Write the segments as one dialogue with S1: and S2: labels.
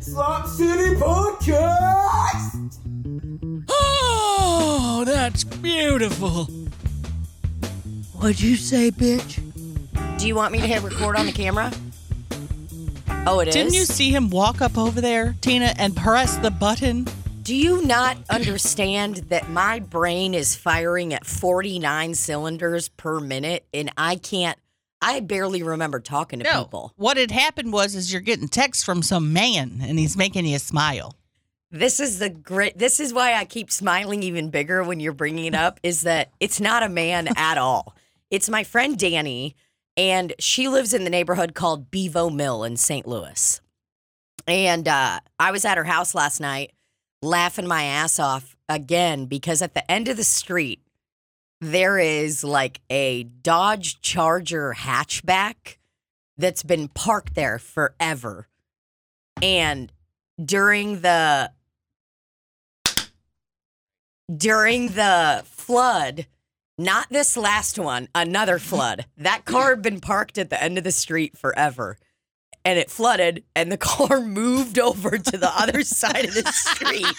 S1: Slop City Podcast!
S2: Oh, that's beautiful. What'd you say, bitch?
S3: Do you want me to hit record on the camera? Oh, it is.
S4: Didn't you see him walk up over there, Tina, and press the button?
S3: Do you not understand that my brain is firing at 49 cylinders per minute and I can't, I barely remember talking to people.
S4: What had happened was is you're getting texts from some man and he's making you smile.
S3: This is the great, this is why I keep smiling even bigger when you're bringing it up is that it's not a man at all. It's my friend Danny and she lives in the neighborhood called Bevo Mill in St. Louis. And uh, I was at her house last night laughing my ass off again because at the end of the street, there is like a Dodge Charger hatchback that's been parked there forever. And during the during the flood, not this last one, another flood. That car had been parked at the end of the street forever. And it flooded and the car moved over to the other side of the street.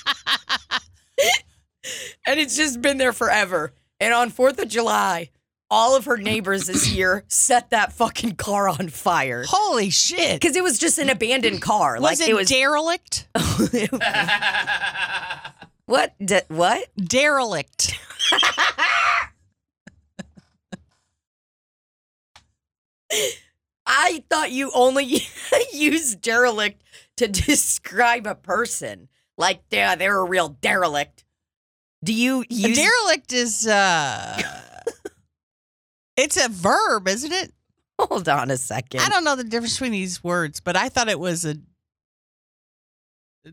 S3: and it's just been there forever. And on 4th of July, all of her neighbors this year set that fucking car on fire.
S4: Holy shit.
S3: Cause it was just an abandoned car.
S4: Was
S3: like
S4: it,
S3: it was
S4: derelict?
S3: what? D- what?
S4: derelict.
S3: I thought you only used derelict to describe a person. Like, yeah, they're a real derelict. Do you
S4: A
S3: use
S4: derelict is uh It's a verb, isn't it?
S3: Hold on a second.
S4: I don't know the difference between these words, but I thought it was a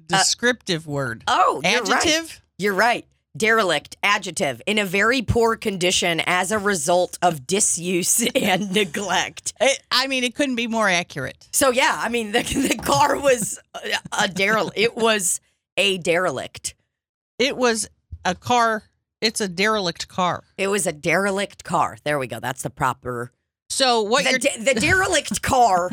S4: descriptive word.
S3: oh, you're right.
S4: Adjective?
S3: You're right. Derelict, adjective, in a very poor condition as a result of disuse and neglect.
S4: It, I mean, it couldn't be more accurate.
S3: So yeah, I mean the the car was a, a derelict. It was a derelict.
S4: It was a car. It's a derelict car.
S3: It was a derelict car. There we go. That's the proper.
S4: So what
S3: The,
S4: you're
S3: de- the derelict car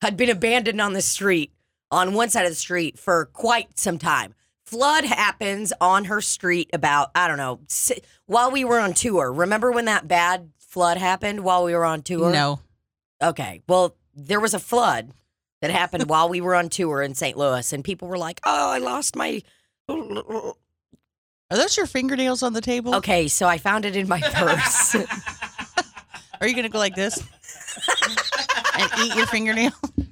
S3: had been abandoned on the street, on one side of the street for quite some time. Flood happens on her street about, I don't know, si- while we were on tour. Remember when that bad flood happened while we were on tour?
S4: no.
S3: Okay. Well, there was a flood that happened while we were on tour in St. Louis, and people were like, oh, I lost my.
S4: Are those your fingernails on the table?
S3: Okay, so I found it in my purse.
S4: Are you gonna go like this and eat your fingernail?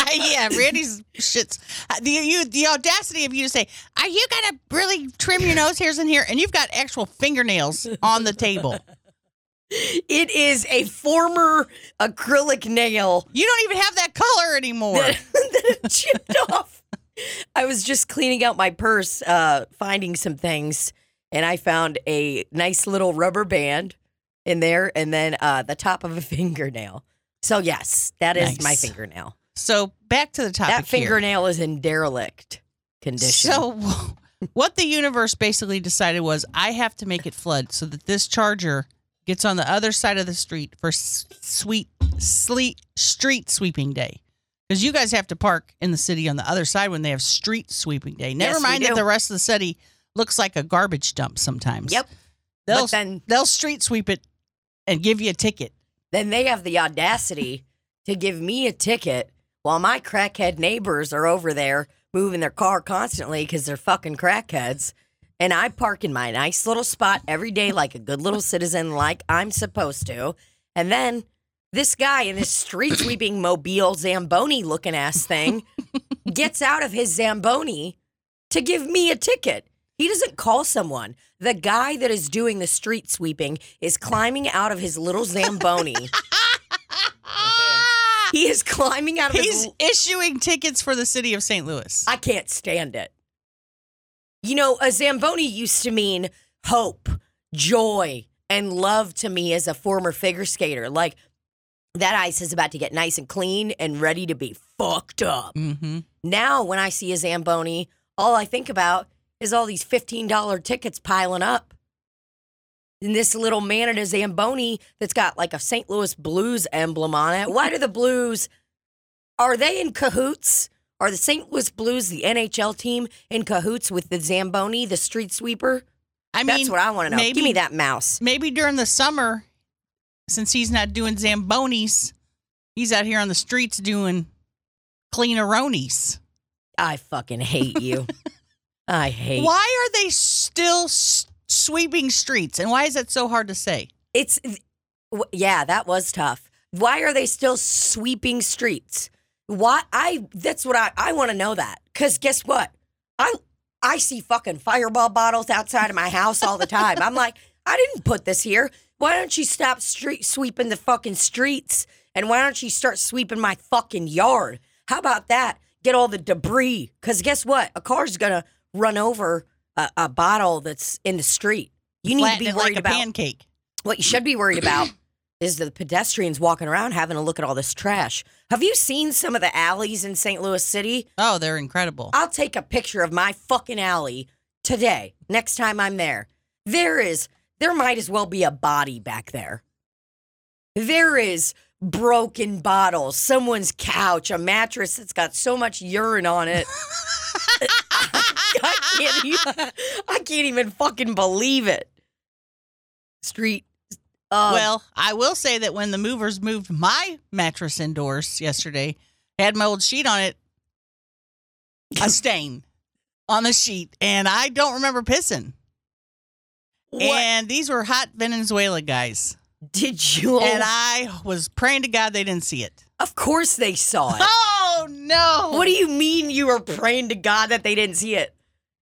S4: Ah, yeah, Randy's shits. Uh, The you the audacity of you to say, "Are you gonna really trim your nose hairs in here?" And you've got actual fingernails on the table.
S3: it is a former acrylic nail
S4: You don't even have that color anymore.
S3: that, that it chipped off. I was just cleaning out my purse, uh, finding some things, and I found a nice little rubber band in there, and then uh, the top of a fingernail. So yes, that is my
S4: Nice.
S3: fingernail.
S4: So back to the topic.
S3: That
S4: here.
S3: fingernail is in derelict condition.
S4: So, what the universe basically decided was I have to make it flood so that this charger gets on the other side of the street for s- sweet sleet, street sweeping day. Because you guys have to park in the city on the other side when they have street sweeping day. Never
S3: Yes, we
S4: mind that
S3: do.
S4: the rest of the city looks like a garbage dump sometimes.
S3: yep.
S4: They'll,
S3: but then-
S4: they'll street sweep it and give you a ticket.
S3: Then they have the audacity to give me a ticket while my crackhead neighbors are over there moving their car constantly because they're fucking crackheads. And I park in my nice little spot every day like a good little citizen, like I'm supposed to. And then this guy in this street sweeping mobile Zamboni looking ass thing gets out of his Zamboni to give me a ticket. He doesn't call someone. The guy that is doing the street sweeping is climbing out of his little Zamboni. he is climbing out of his.
S4: He's issuing tickets for the city of St. Louis.
S3: I can't stand it. You know, a Zamboni used to mean hope, joy, and love to me as a former figure skater. Like, that ice is about to get nice and clean and ready to be fucked up.
S4: mm-hmm.
S3: Now, when I see a Zamboni, all I think about is all these $15 tickets piling up. And this little man in a Zamboni that's got like a St. Louis Blues emblem on it. Why do the Blues Are they in cahoots? Are the St. Louis Blues, the NHL team, in cahoots with the Zamboni, the street sweeper?
S4: I mean,
S3: That's what I want to know.
S4: maybe-
S3: Give me that mouse.
S4: Maybe during the summer, since he's not doing zambonis, he's out here on the streets doing cleaneronies.
S3: I fucking hate you. I hate.
S4: Why are they still s- sweeping streets, and why is that so hard to say?
S3: It's w- yeah, that was tough. Why are they still sweeping streets? Why I that's what I I want to know that cuz guess what? I I see fucking fireball bottles outside of my house all the time. I'm like, I didn't put this here. Why don't you stop street sweeping the fucking streets and why don't you start sweeping my fucking yard? How about that? Get all the debris cuz guess what? A car's going to run over a, a bottle that's in the street. You need to
S4: Flatten
S3: be
S4: it
S3: worried
S4: like a
S3: about
S4: pancake.
S3: what you should be worried about is the pedestrians walking around having a look at all this trash. Have you seen some of the alleys in St. Louis City?
S4: Oh, they're incredible.
S3: I'll take a picture of my fucking alley today, next time I'm there. There is, there might as well be a body back there. There is broken bottles, someone's couch, a mattress that's got so much urine on it. I can't even, I can't even fucking believe it. Street. Uh,
S4: well, I will say that when the movers moved my mattress indoors yesterday, it had my old sheet on it, a stain on the sheet, and I don't remember pissing.
S3: what
S4: And these were hot Venezuela guys.
S3: did you?
S4: And I was praying to God they didn't see it.
S3: of course they saw it.
S4: Oh no.
S3: What do you mean you were praying to God that they didn't see it?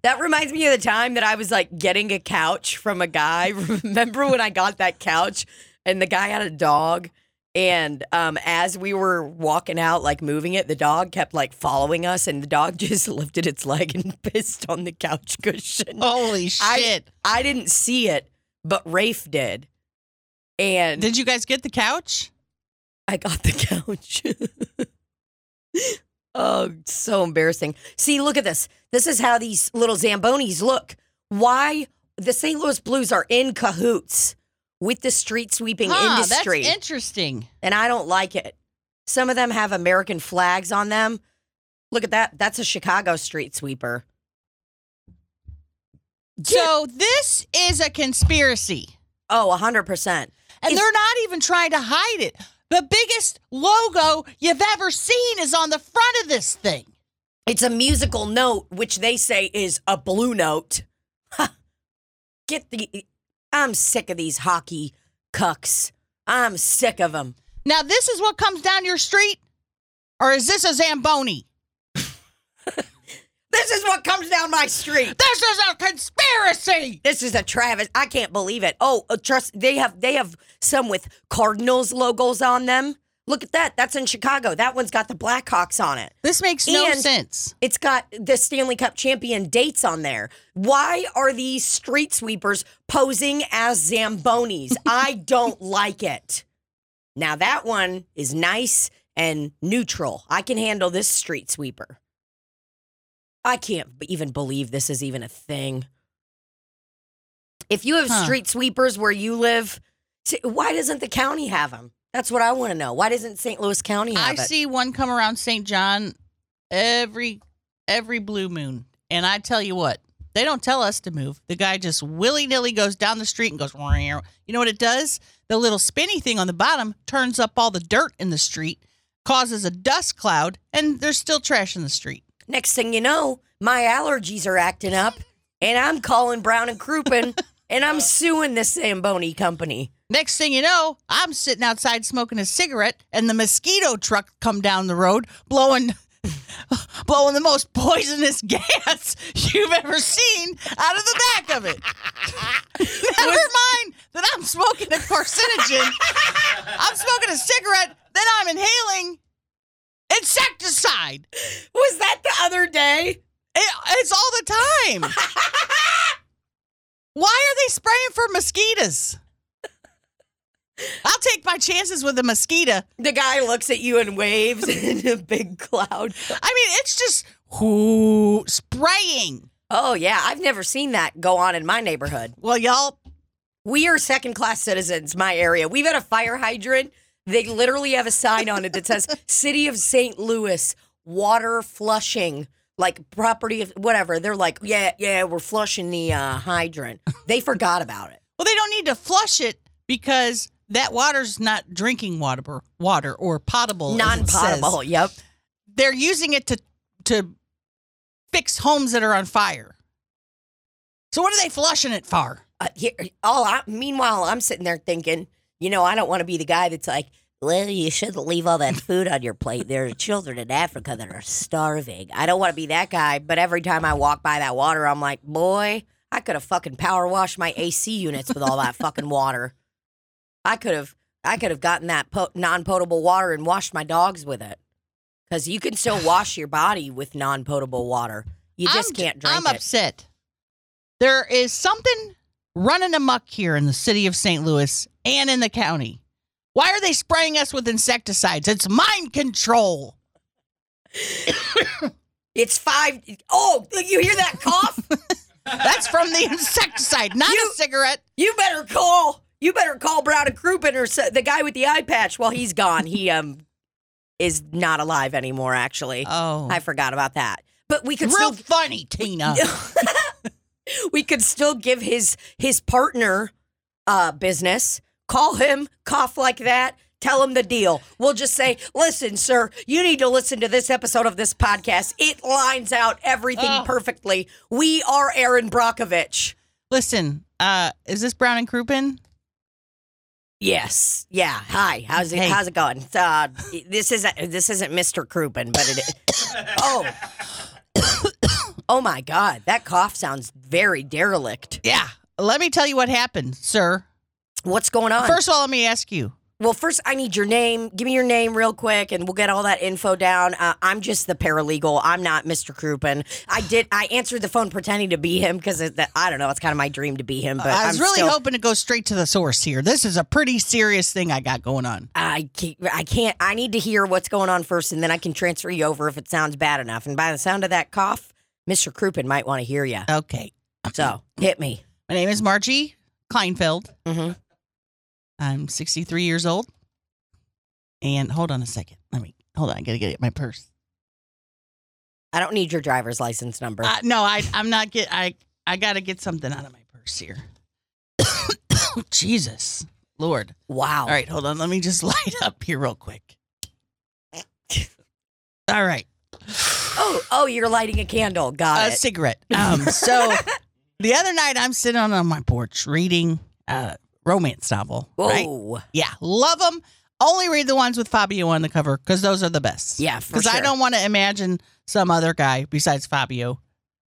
S3: That reminds me of the time that I was like getting a couch from a guy. Remember when I got that couch and the guy had a dog? And um, as we were walking out, like moving it, the dog kept like following us, and the dog just lifted its leg and pissed on the couch cushion.
S4: Holy Oh, shit.
S3: I- I didn't see it, but Rafe did. And
S4: Did you guys get the couch?
S3: I got the couch. oh, so embarrassing. See, look at this. This is how these little Zambonis look. Why the St. Louis Blues are in cahoots with the street sweeping
S4: Huh,
S3: industry.
S4: That's interesting.
S3: and I don't like it. Some of them have American flags on them. Look at that. That's a Chicago street sweeper.
S4: So this is a conspiracy.
S3: Oh, 100%.
S4: And
S3: It's-
S4: they're not even trying to hide it. The biggest logo you've ever seen is on the front of this thing.
S3: It's a musical note, which they say is a blue note. Ha. Get the. I'm sick of these hockey cucks. I'm sick of them.
S4: Now this is what comes down your street? Or is this a Zamboni?
S3: This is what comes down my street.
S4: This is a conspiracy.
S3: This is a Travis. I can't believe it. Oh, uh, trust. They have they have some with Cardinals logos on them. Look at that. That's in Chicago. That one's got the Blackhawks on it.
S4: This makes no
S3: And-
S4: sense.
S3: It's got the Stanley Cup champion dates on there. Why are these street sweepers posing as Zambonis? I don't like it. Now, that one is nice and neutral. I can handle this street sweeper. I can't b- even believe this is even a thing. If you have
S4: Huh.
S3: street sweepers where you live, t- why doesn't the county have them? That's what I want to know. Why doesn't St. Louis County
S4: I
S3: have it?
S4: see one come around St. John every every blue moon, and I tell you what, they don't tell us to move. The guy just willy nilly goes down the street and goes. "Meow." You know what it does? The little spinny thing on the bottom turns up all the dirt in the street, causes a dust cloud, and there's still trash in the street.
S3: Next thing you know, my allergies are acting up, and I'm calling Brown and Crouppen, and I'm suing this Zamboni company.
S4: Next thing you know, I'm sitting outside smoking a cigarette, and the mosquito truck come down the road blowing, blowing the most poisonous gas you've ever seen out of the back of it. Never mind that I'm smoking a carcinogen. I'm smoking a cigarette, then I'm inhaling insecticide.
S3: Was that the other day?
S4: It, Eh, it's all the time. Why are they spraying for mosquitoes? I'll take my chances with a mosquito.
S3: The guy looks at you and waves in a big cloud.
S4: I mean, it's just who spraying.
S3: Oh, yeah, I've never seen that go on in my neighborhood.
S4: Well, y'all,
S3: We are second class citizens, my area. We've had a fire hydrant They literally have a sign on it that says City of St. Louis water flushing like property of whatever. They're like, "Yeah, yeah, we're flushing the uh, hydrant." They forgot about it.
S4: Well, they don't need to flush it because that water's not drinking water, water or potable. as it says.
S3: Non-potable. Yep.
S4: They're using it to to fix homes that are on fire. So what are they flushing it for?
S3: uh, here, all I, meanwhile, I'm sitting there thinking, you know, I don't want to be the guy that's like, well, you shouldn't leave all that food on your plate. There are children in Africa that are starving. I don't want to be that guy. But every time I walk by that water, I'm like, boy, I could have fucking power washed my AC units with all that fucking water. I could have, I could have gotten that po- non-potable water and washed my dogs with it. Because you can still wash your body with non-potable water. You just
S4: I'm,
S3: can't drink
S4: I'm
S3: it.
S4: upset. There is something running amok here in the city of St. Louis and in the county. Why are they spraying us with insecticides? It's mind control.
S3: It's five oh you hear that cough?
S4: That's from the insecticide, not
S3: You-
S4: a cigarette.
S3: You better call. You better call Brown and Crouppen or so, the guy with the eye patch. While he's gone, he um is not alive anymore. Actually,
S4: Oh,
S3: I forgot about that. But we could
S4: real
S3: still
S4: funny, Tina.
S3: we could still give his his partner uh business. Call him, cough like that. Tell him the deal. We'll just say, listen, sir, you need to listen to this episode of this podcast. It lines out everything
S4: Oh.
S3: perfectly. We are Aaron Brockovich.
S4: Listen, uh, is this Brown and Crouppen?
S3: Yes. Yeah. Hi. How's it?
S4: Hey.
S3: How's it going? Uh, this isn't this isn't Mr. Crouppen, but it. oh. oh my God! That cough sounds very derelict.
S4: Yeah. Let me tell you what happened, sir.
S3: What's going on?
S4: First of all, let me ask you.
S3: well, first I need your name. Give me your name real quick, and we'll get all that info down. Uh, I'm just the paralegal. I'm not Mr. Crouppen. I did. I answered the phone pretending to be him because I don't know. It's kind of my dream to be him, but
S4: I was
S3: am
S4: really
S3: still,
S4: hoping to go straight to the source here. This is a pretty serious thing I got going on.
S3: I can't, I can't. I need to hear what's going on first, and then I can transfer you over if it sounds bad enough. And by the sound of that cough, Mr. Crouppen might want to hear you.
S4: Okay.
S3: So hit me.
S4: My name is Margie Kleinfeld.
S3: Mhm.
S4: I'm 63 years old. And hold on a second. Let me hold on. I gotta get my purse.
S3: I don't need your driver's license number.
S4: Uh, no, I I'm not get I I gotta get something out of my purse here. Jesus, Lord.
S3: wow.
S4: All right, hold on. Let me just light up here real quick. All right,
S3: Oh, oh, you're lighting a candle. Got
S4: a
S3: it.
S4: cigarette. Um, so the other night I'm sitting on my porch reading a romance novel. Right?
S3: Whoa.
S4: Yeah, love them. Only read the ones with Fabio on the cover because those are the best.
S3: Yeah, for
S4: because I
S3: sure.
S4: don't want to imagine some other guy besides Fabio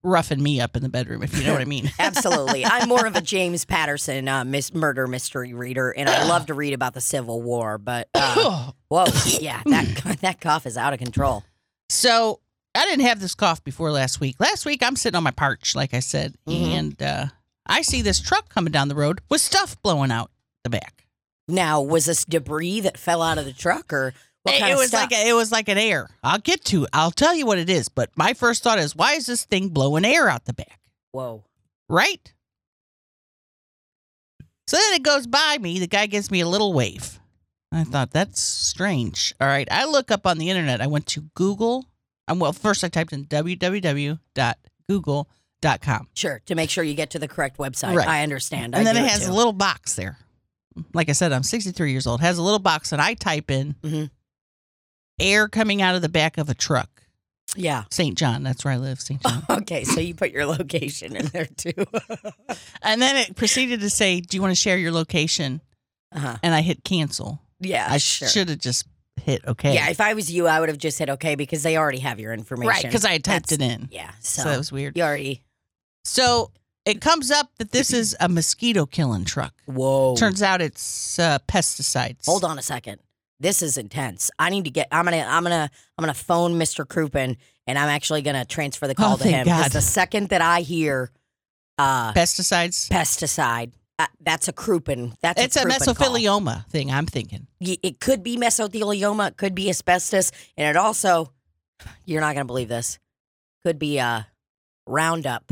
S4: roughing me up in the bedroom. If you know what I mean.
S3: Absolutely. I'm more of a James Patterson uh, mis- murder mystery reader, and I love to read about the Civil War. But uh, whoa, yeah, that that cough is out of control.
S4: so I didn't have this cough before last week. Last week I'm sitting on my porch, like I said,
S3: Mhm.
S4: and uh, I see this truck coming down the road with stuff blowing out the back.
S3: Now, was this debris that fell out of the truck, or what
S4: It,
S3: kind
S4: it
S3: of
S4: was
S3: stuff?
S4: like a, it was like an air. I'll get to. it. I'll tell you what it is. But my first thought is, why is this thing blowing air out the back?
S3: whoa.
S4: right? So then it goes by me. The guy gives me a little wave. I thought that's strange. All right, I look up on the internet. I went to Google. Um, well, first I typed in www.google.com,
S3: Sure, to make sure you get to the correct website.
S4: Right.
S3: I understand.
S4: and
S3: I
S4: then
S3: do
S4: it has
S3: too.
S4: a little box there. Like I said, I'm 63 years old. Has a little box, and I type in
S3: Mhm.
S4: air coming out of the back of a truck.
S3: Yeah.
S4: St. John, that's where I live, St. John.
S3: Okay, so you put your location in there too.
S4: and then it proceeded to say, "Do you want to share your location?"
S3: uh-huh.
S4: And I hit cancel.
S3: Yeah,
S4: I
S3: sure.
S4: should have just hit okay.
S3: Yeah, if I was you, I would have just said okay because they already have your information.
S4: right, because I had typed it in.
S3: yeah,
S4: So.
S3: so,
S4: that was weird.
S3: you already
S4: So it comes up that this is a mosquito killing truck.
S3: whoa.
S4: Turns out it's uh, pesticides.
S3: Hold on a second. This is intense. I need to get. I'm gonna. I'm gonna. I'm gonna phone Mr. Crouppen, and I'm actually gonna transfer the call
S4: Oh,
S3: to
S4: thank
S3: him. 'cause
S4: God.
S3: the second that I hear uh,
S4: Pesticides.
S3: pesticide, uh, that's a Crouppen. That's
S4: it's
S3: a,
S4: a
S3: Crouppen call.
S4: mesothelioma thing, I'm thinking.
S3: y- it could be mesothelioma, it could be asbestos, and it also, you're not going to believe this, could be uh, Roundup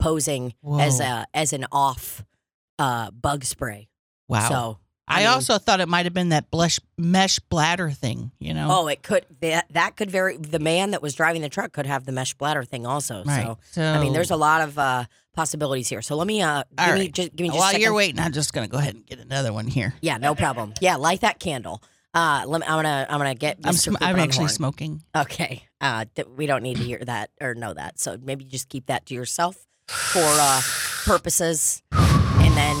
S3: posing as
S4: Whoa.
S3: a as an off uh, bug spray.
S4: Wow.
S3: So
S4: I,
S3: mean-
S4: also thought it might have been that blush, mesh bladder thing, you know?
S3: Oh, it could that that could vary. The man that was driving the truck could have the mesh bladder thing also. So, I mean, there's a lot of uh, possibilities here. So let me uh, give
S4: Oh. All
S3: me
S4: right.
S3: just give me just a
S4: While
S3: second.
S4: you're waiting, I'm just going to go ahead and get another one here.
S3: Yeah, no problem. Yeah, light that candle. Uh, let me, I'm gonna I'm gonna get.
S4: I'm,
S3: Mr.
S4: sm-
S3: Poop
S4: I'm
S3: on
S4: actually
S3: horn.
S4: smoking.
S3: Okay. Uh, th- we don't need to hear that or know that. So maybe just keep that to yourself for uh, purposes. And then,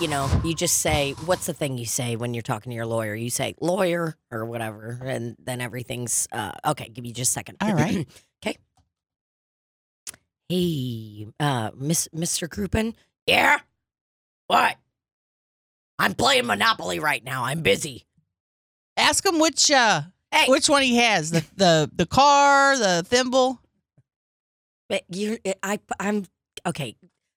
S3: you know, you just say, what's the thing you say when you're talking to your lawyer? You say, lawyer or whatever. And then everything's uh, okay. Give me just a second.
S4: All right.
S3: okay. Hey, uh, Miss, Mr. Crouppen. Yeah. What? I'm playing Monopoly right now. I'm busy.
S4: Ask him which uh,
S3: Hey,
S4: which one he has the, the, the car, the thimble.
S3: But you're, I, I'm okay,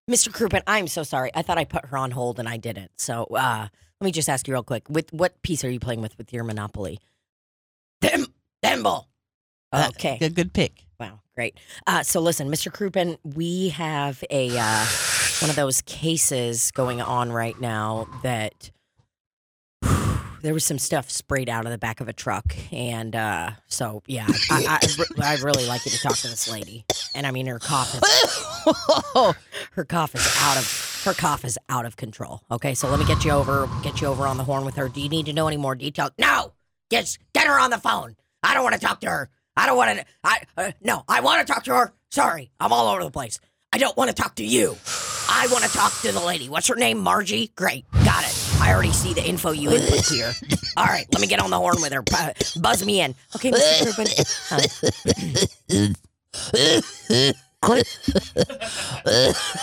S3: Mr. Crouppen. I'm so sorry. I thought I put her on hold and I didn't. So uh, let me just ask you real quick: with what piece are you playing with with your Monopoly? Them, thimble.
S4: Uh,
S3: Okay.
S4: Good, good pick.
S3: Wow, great. Uh, so listen, Mr. Crouppen, we have a uh, one of those cases going on right now that there was some stuff sprayed out of the back of a truck, and uh, so yeah, I, I, I'd really like you to talk to this lady. And I mean, her cough is her cough is out of her cough is out of control. Okay, so let me get you over get you over on the horn with her. Do you need to know any more details? No, just get her on the phone. I don't want to talk to her. I don't want to. I uh, no. I want to talk to her. Sorry, I'm all over the place. I don't want to talk to you. I want to talk to the lady. What's her name? Margie. Great, got it. I already see the info you input here. All right, let me get on the horn with her. Bu- Buzz me in. Okay, Mr. Rubin. Uh,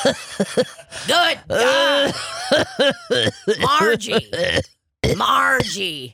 S3: Good
S4: Uh.
S3: God. Margie. Margie.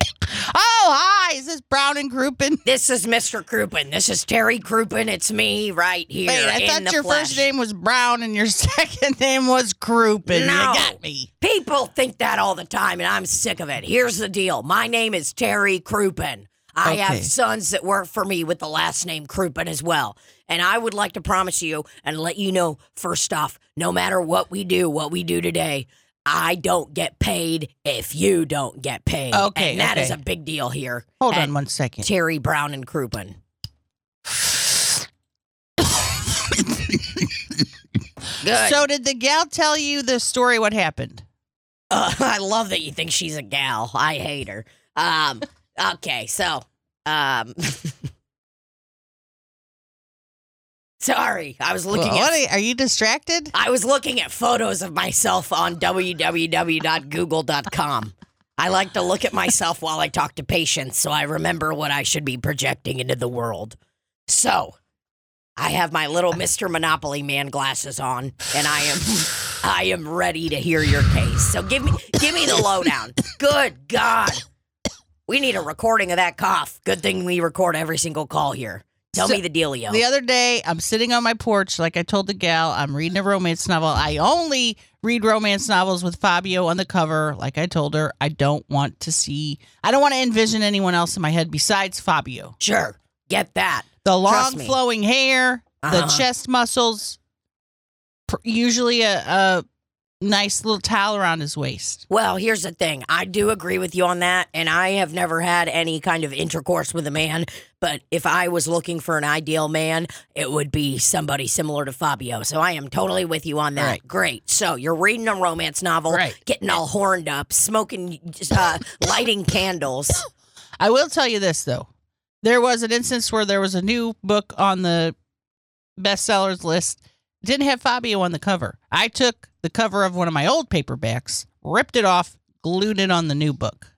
S4: Oh, hi. Is this Brown and Groupin?
S3: This is Mr. Crouppen. This is Terry Crouppen. It's me right here.
S4: Wait, I
S3: in
S4: thought
S3: the
S4: your
S3: flesh.
S4: first name was Brown and your second name was Groupin. You
S3: No.
S4: got me.
S3: People think that all the time, and I'm sick of it. Here's the deal my name is Terry Crouppen. I
S4: Okay.
S3: have sons that work for me with the last name Crouppen as well. And I would like to promise you and let you know first off, no matter what we do, what we do today, I don't get paid if you don't get paid.
S4: Okay,
S3: And that is
S4: okay.
S3: a big deal here.
S4: Hold
S3: at
S4: on one second.
S3: Terry Brown and Crouppen. Good.
S4: So did the gal tell you the story? What happened?
S3: Uh, I love that you think she's a gal. I hate her. Um, okay, so, um, sorry, I was looking
S4: Well,
S3: at
S4: what are, are you distracted?
S3: I was looking at photos of myself on www.google.com. I like to look at myself while I talk to patients so I remember what I should be projecting into the world. So, I have my little Mr. Monopoly man glasses on and I am I am ready to hear your case. So give me give me the lowdown. Good god. We need a recording of that cough. Good thing we record every single call here. Tell
S4: So-
S3: me the dealio.
S4: The other day, I'm sitting on my porch, like I told the gal, I'm reading a romance novel. I only read romance novels with Fabio on the cover, like I told her. I don't want to see, I don't want to envision anyone else in my head besides Fabio.
S3: sure. Get that.
S4: The
S3: Trust
S4: long
S3: me.
S4: flowing hair, the
S3: Uh-huh.
S4: chest muscles, pr- usually a, a nice little towel around his waist.
S3: Well, here's the thing. I do agree with you on that, and I have never had any kind of intercourse with a man. But if I was looking for an ideal man, it would be somebody similar to Fabio. So I am totally with you on that.
S4: Right.
S3: Great. So you're reading a romance novel,
S4: Right.
S3: getting all horned up, smoking, uh, lighting candles.
S4: I will tell you this though. There was an instance where there was a new book on the bestsellers list. Didn't have Fabio on the cover. I took the cover of one of my old paperbacks, ripped it off, glued it on the new book.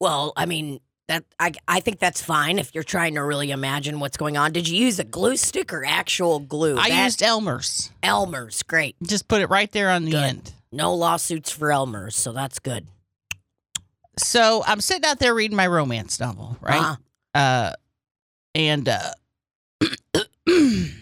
S3: Well, I mean. That, I, I think that's fine if you're trying to really imagine what's going on. Did you use a glue stick or actual glue?
S4: I
S3: That-
S4: used Elmer's.
S3: Elmer's. Great.
S4: Just put it right there on the
S3: Good.
S4: end.
S3: No lawsuits for Elmer's, so that's good.
S4: So I'm sitting out there reading my romance novel, right?
S3: Uh-huh.
S4: uh and uh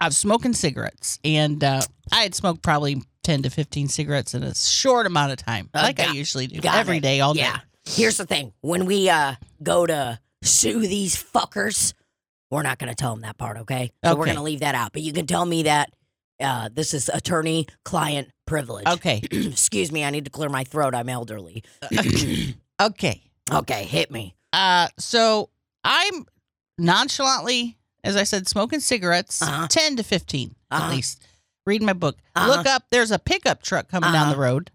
S4: I'm smoking cigarettes and uh I had smoked probably 10 to 15 cigarettes in a short amount of time
S3: Uh,
S4: like I
S3: got-
S4: usually do
S3: got
S4: every
S3: it.
S4: day all
S3: yeah.
S4: day.
S3: Here's the thing: when we uh, go to sue these fuckers, we're not gonna tell them that part, okay? So we're
S4: Okay.
S3: gonna leave that out. But you can tell me that Uh, this is attorney client privilege.
S4: Okay.
S3: Excuse me, I need to clear my throat. I'm elderly.
S4: okay.
S3: Okay, hit me.
S4: Uh, so I'm nonchalantly, as I said, smoking cigarettes,
S3: Uh-huh.
S4: 10 to 15
S3: Uh-huh.
S4: at least, reading my book.
S3: Uh-huh.
S4: Look up, there's a pickup truck coming down the road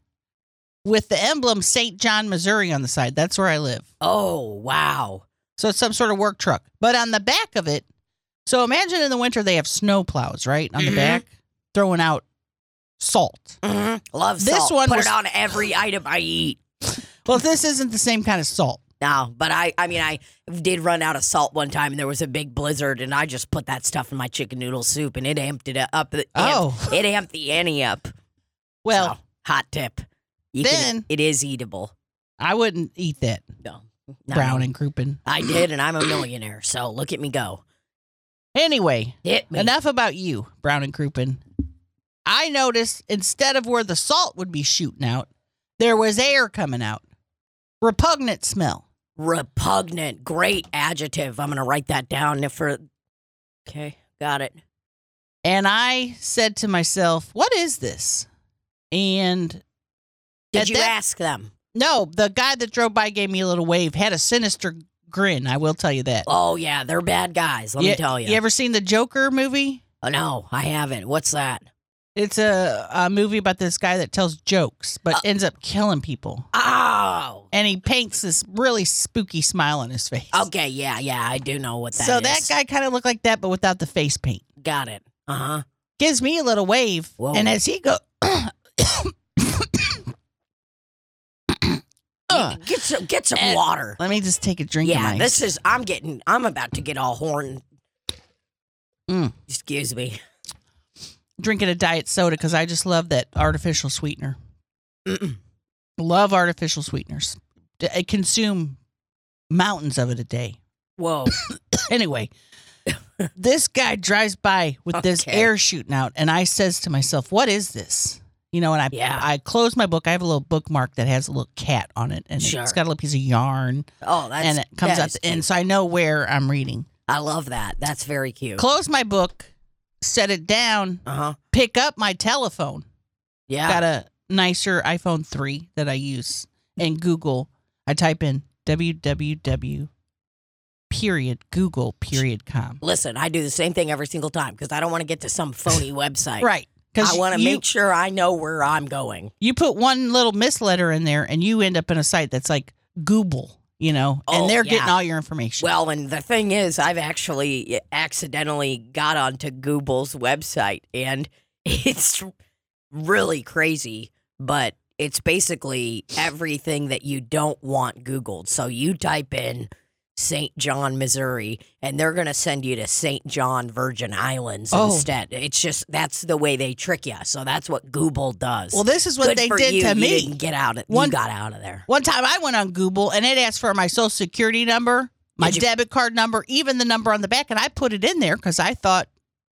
S4: with the emblem St. John, Missouri on the side. That's where I live.
S3: Oh, wow.
S4: So it's some sort of work truck. But on the back of it, so imagine in the winter they have snow plows, right? On the
S3: Mhm.
S4: back, throwing out salt.
S3: Mhm. Love
S4: Mm-hmm. This
S3: salt.
S4: one
S3: Put
S4: was-
S3: it on every item I eat.
S4: Well, this isn't the same kind of salt.
S3: No, but I, I mean, I did run out of salt one time, and there was a big blizzard, and I just put that stuff in my chicken noodle soup, and it amped it up. It
S4: Oh.
S3: amped, it amped the ante up.
S4: Well,
S3: So, hot tip. You
S4: Then-
S3: can, it is eatable.
S4: I wouldn't eat that
S3: No, No.
S4: brown and crouppen.
S3: I did, and I'm a millionaire. So look at me go.
S4: Anyway,
S3: Hit me.
S4: Enough about you, Brown and Crouppen. I noticed instead of where the salt would be shooting out, there was air coming out. Repugnant smell.
S3: Repugnant. Great adjective. I'm gonna write that down for. Okay, got it.
S4: And I said to myself, what is this? And
S3: Did
S4: At
S3: you
S4: that-
S3: ask them?
S4: no, the guy that drove by gave me a little wave, had a sinister grin. I will tell you that.
S3: Oh yeah, they're bad guys. Let me tell you.
S4: You ever seen the Joker movie?
S3: oh, no, I haven't. What's that?
S4: It's a, a movie about this guy that tells jokes, but
S3: Uh-
S4: ends up killing people.
S3: Oh.
S4: And he paints this really spooky smile on his face.
S3: Okay, yeah, yeah, I do know what that is.
S4: so that guy kind of looked like that, but without the face paint.
S3: got it. Uh huh.
S4: Gives me a little wave,
S3: Whoa.
S4: and as he go, Uh,
S3: Get some, get some
S4: and-
S3: water.
S4: let me just take a drink. of
S3: Yeah,
S4: my,
S3: this is. I'm getting. I'm about to get all horn.
S4: Mm.
S3: Excuse me.
S4: drinking a diet soda because I just love that artificial sweetener.
S3: Mm-mm.
S4: Love artificial sweeteners. D- I consume mountains of it a day.
S3: Whoa.
S4: Anyway, this guy drives by with this
S3: Okay.
S4: air shooting out, and I says to myself, "What is this?" You know, and I
S3: Yeah.
S4: I close my book. I have a little bookmark that has a little cat on it, and
S3: Sure.
S4: it's got a little piece of yarn.
S3: Oh, that's
S4: and it comes
S3: that
S4: out
S3: is
S4: the end,
S3: cute.
S4: so I know where I'm reading.
S3: I love that. That's very cute.
S4: Close my book, set it down,
S3: Uh huh.
S4: pick up my telephone.
S3: Yeah.
S4: Got a nicer iPhone 3 that I use and Google. I type in www period google period com.
S3: Listen, I do the same thing every single time because I don't want to get to some phony website.
S4: Right. Because
S3: I want to
S4: you,
S3: make sure I know where I'm going.
S4: you put one little misletter in there and you end up in a site that's like Google, you know,
S3: Oh,
S4: and they're
S3: yeah.
S4: getting all your information.
S3: Well, and the thing is, I've actually eh, accidentally got onto Google's website, and it's really crazy, but it's basically everything that you don't want Googled. So you type in St. John, Missouri, and they're going to send you to St. John, Virgin Islands
S4: Oh.
S3: instead. It's just that's the way they trick you. So that's what Google does.
S4: well, this is what
S3: Good
S4: they
S3: for
S4: did
S3: you.
S4: to
S3: You
S4: me.
S3: didn't get out. Of,
S4: One-
S3: you got out of there.
S4: One time I went on Google and it asked for my social security number, my
S3: Did you-
S4: debit card number, even the number on the back. And I put it in there because I thought,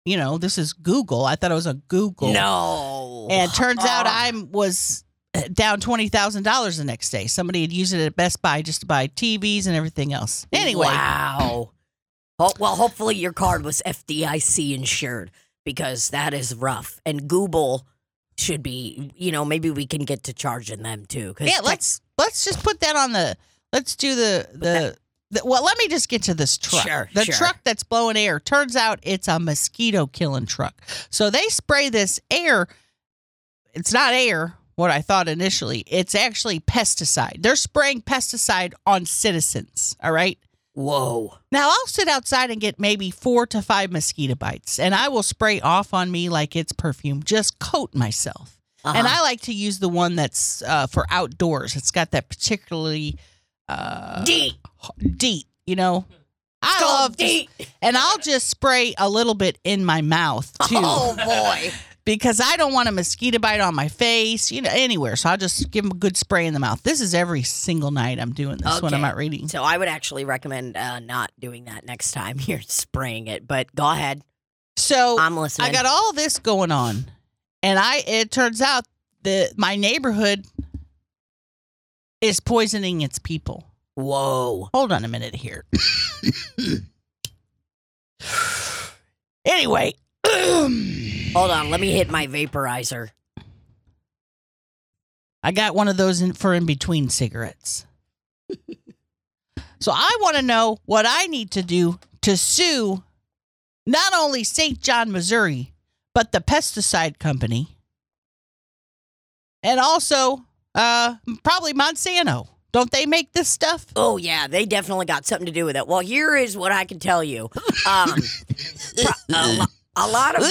S4: you know, this is Google. I thought it was a Google.
S3: No.
S4: And it turns out
S3: Oh.
S4: I was uh, down $20,000 the next day. Somebody had used it at Best Buy just to buy TVs and everything else. Anyway,
S3: Wow. Ho- well, hopefully your card was FDIC insured because that is rough. And Google should be, you know, maybe we can get to charging them too. 'cause
S4: yeah,
S3: tech-
S4: let's let's just put that on the let's do the the, the well, let me just get to this truck.
S3: Sure,
S4: the
S3: sure.
S4: truck that's blowing air. Turns out it's a mosquito killing truck. So they spray this air. It's not air, what I thought initially. It's actually pesticide. They're spraying pesticide on citizens. All right.
S3: Whoa.
S4: Now I'll sit outside and get maybe four to five mosquito bites, and I will spray off on me like it's perfume. Just coat myself.
S3: Uh-huh.
S4: And I like to use the one that's uh, for outdoors. It's got that particularly uh,
S3: D.
S4: deep, you know. I love to-
S3: D.
S4: and I'll just spray a little bit in my mouth too,
S3: Oh boy.
S4: because I don't want a mosquito bite on my face, you know, anywhere. So I'll just give them a good spray in the mouth. This is every single night I'm doing this when I'm
S3: Okay.
S4: out reading.
S3: so I would actually recommend uh, not doing that next time you're spraying it. But go ahead.
S4: So
S3: I'm listening.
S4: Oh, I got all this going on, and I it turns out that my neighborhood is poisoning its people.
S3: Whoa.
S4: Hold on a minute here. anyway,
S3: Hold on, let me hit my vaporizer.
S4: I got one of those in, for in between cigarettes. so I want to know what I need to do to sue not only St. John, Missouri, but the pesticide company and also uh, probably Monsanto. Don't they make this stuff?
S3: Oh yeah, they definitely got something to do with it. Well, here is what I can tell you. Um, pro- a, lo- a lot of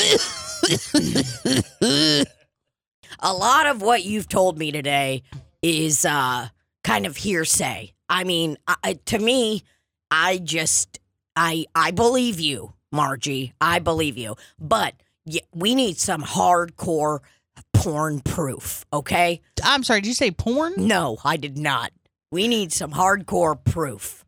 S3: a lot of what you've told me today is uh, kind of hearsay. I mean, I- I, to me, I just I I believe you, Margie. I believe you, but y- we need some hardcore porn proof, okay?
S4: I'm sorry, did you say porn?
S3: No, I did not. We need some hardcore proof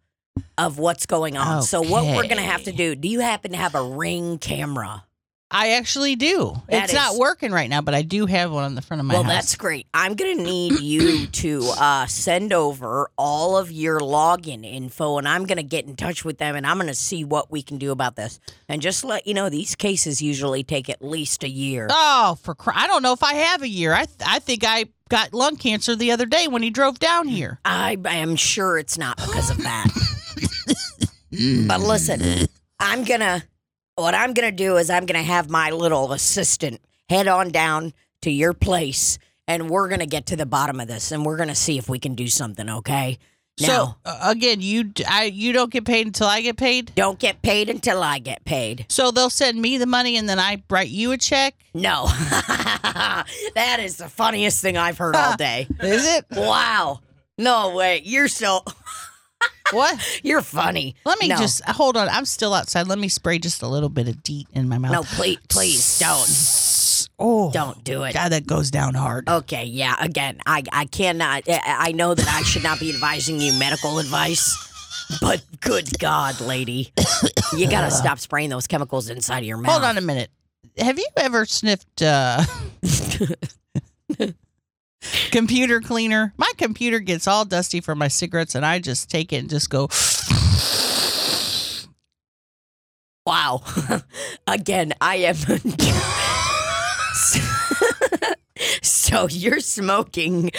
S3: of what's going on. So what we're gonna have to do? Do you happen to have a ring camera?
S4: I actually do.
S3: That
S4: it's not
S3: is-
S4: working right now, but I do have one on the front of my
S3: well,
S4: house.
S3: that's great. I'm gonna need you to uh, send over all of your login info, and I'm gonna get in touch with them, and I'm gonna see what we can do about this. And just to let you know, these cases usually take at least a year.
S4: Oh, for cry! I don't know if I have a year. I I think I got lung cancer the other day when he drove down
S3: Mm.
S4: here.
S3: I am sure it's not because of that. but listen, I'm gonna what I'm gonna do is I'm gonna have my little assistant head on down to your place and we're gonna get to the bottom of this and we're gonna see if we can do something, okay?
S4: So
S3: Now
S4: uh, again, you d- I you don't get paid until I get paid.
S3: don't get paid until I get paid.
S4: So they'll send me the money and then I write you a check.
S3: No. that is the funniest thing I've heard all day.
S4: Is it
S3: Wow. No way. You're so
S4: what?
S3: you're funny.
S4: Let me
S3: No.
S4: just hold on. I'm still outside. Let me spray just a little bit of DEET in my mouth.
S3: No, please please don't.
S4: Oh,
S3: Don't Oh, do it.
S4: God, that goes down hard.
S3: Okay, yeah. Again, I I cannot. I- I know that I should not be advising you medical advice, but good God, lady, you gotta stop spraying those chemicals inside of your mouth.
S4: Hold on a minute. Have you ever sniffed uh, computer cleaner? My computer gets all dusty from my cigarettes, and I just take it and just go.
S3: Wow. Again, I am. so you're smoking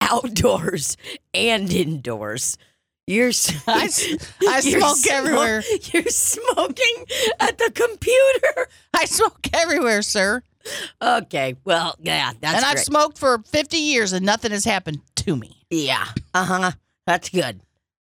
S3: outdoors and indoors. You're. s-
S4: I, s- I
S3: you're
S4: smoke
S3: smo-
S4: everywhere.
S3: You're smoking at the computer.
S4: I smoke everywhere, sir.
S3: Okay. Well, yeah, that's
S4: and I've
S3: great.
S4: smoked for 50 years, and nothing has happened to me.
S3: Yeah. Uh huh. That's good.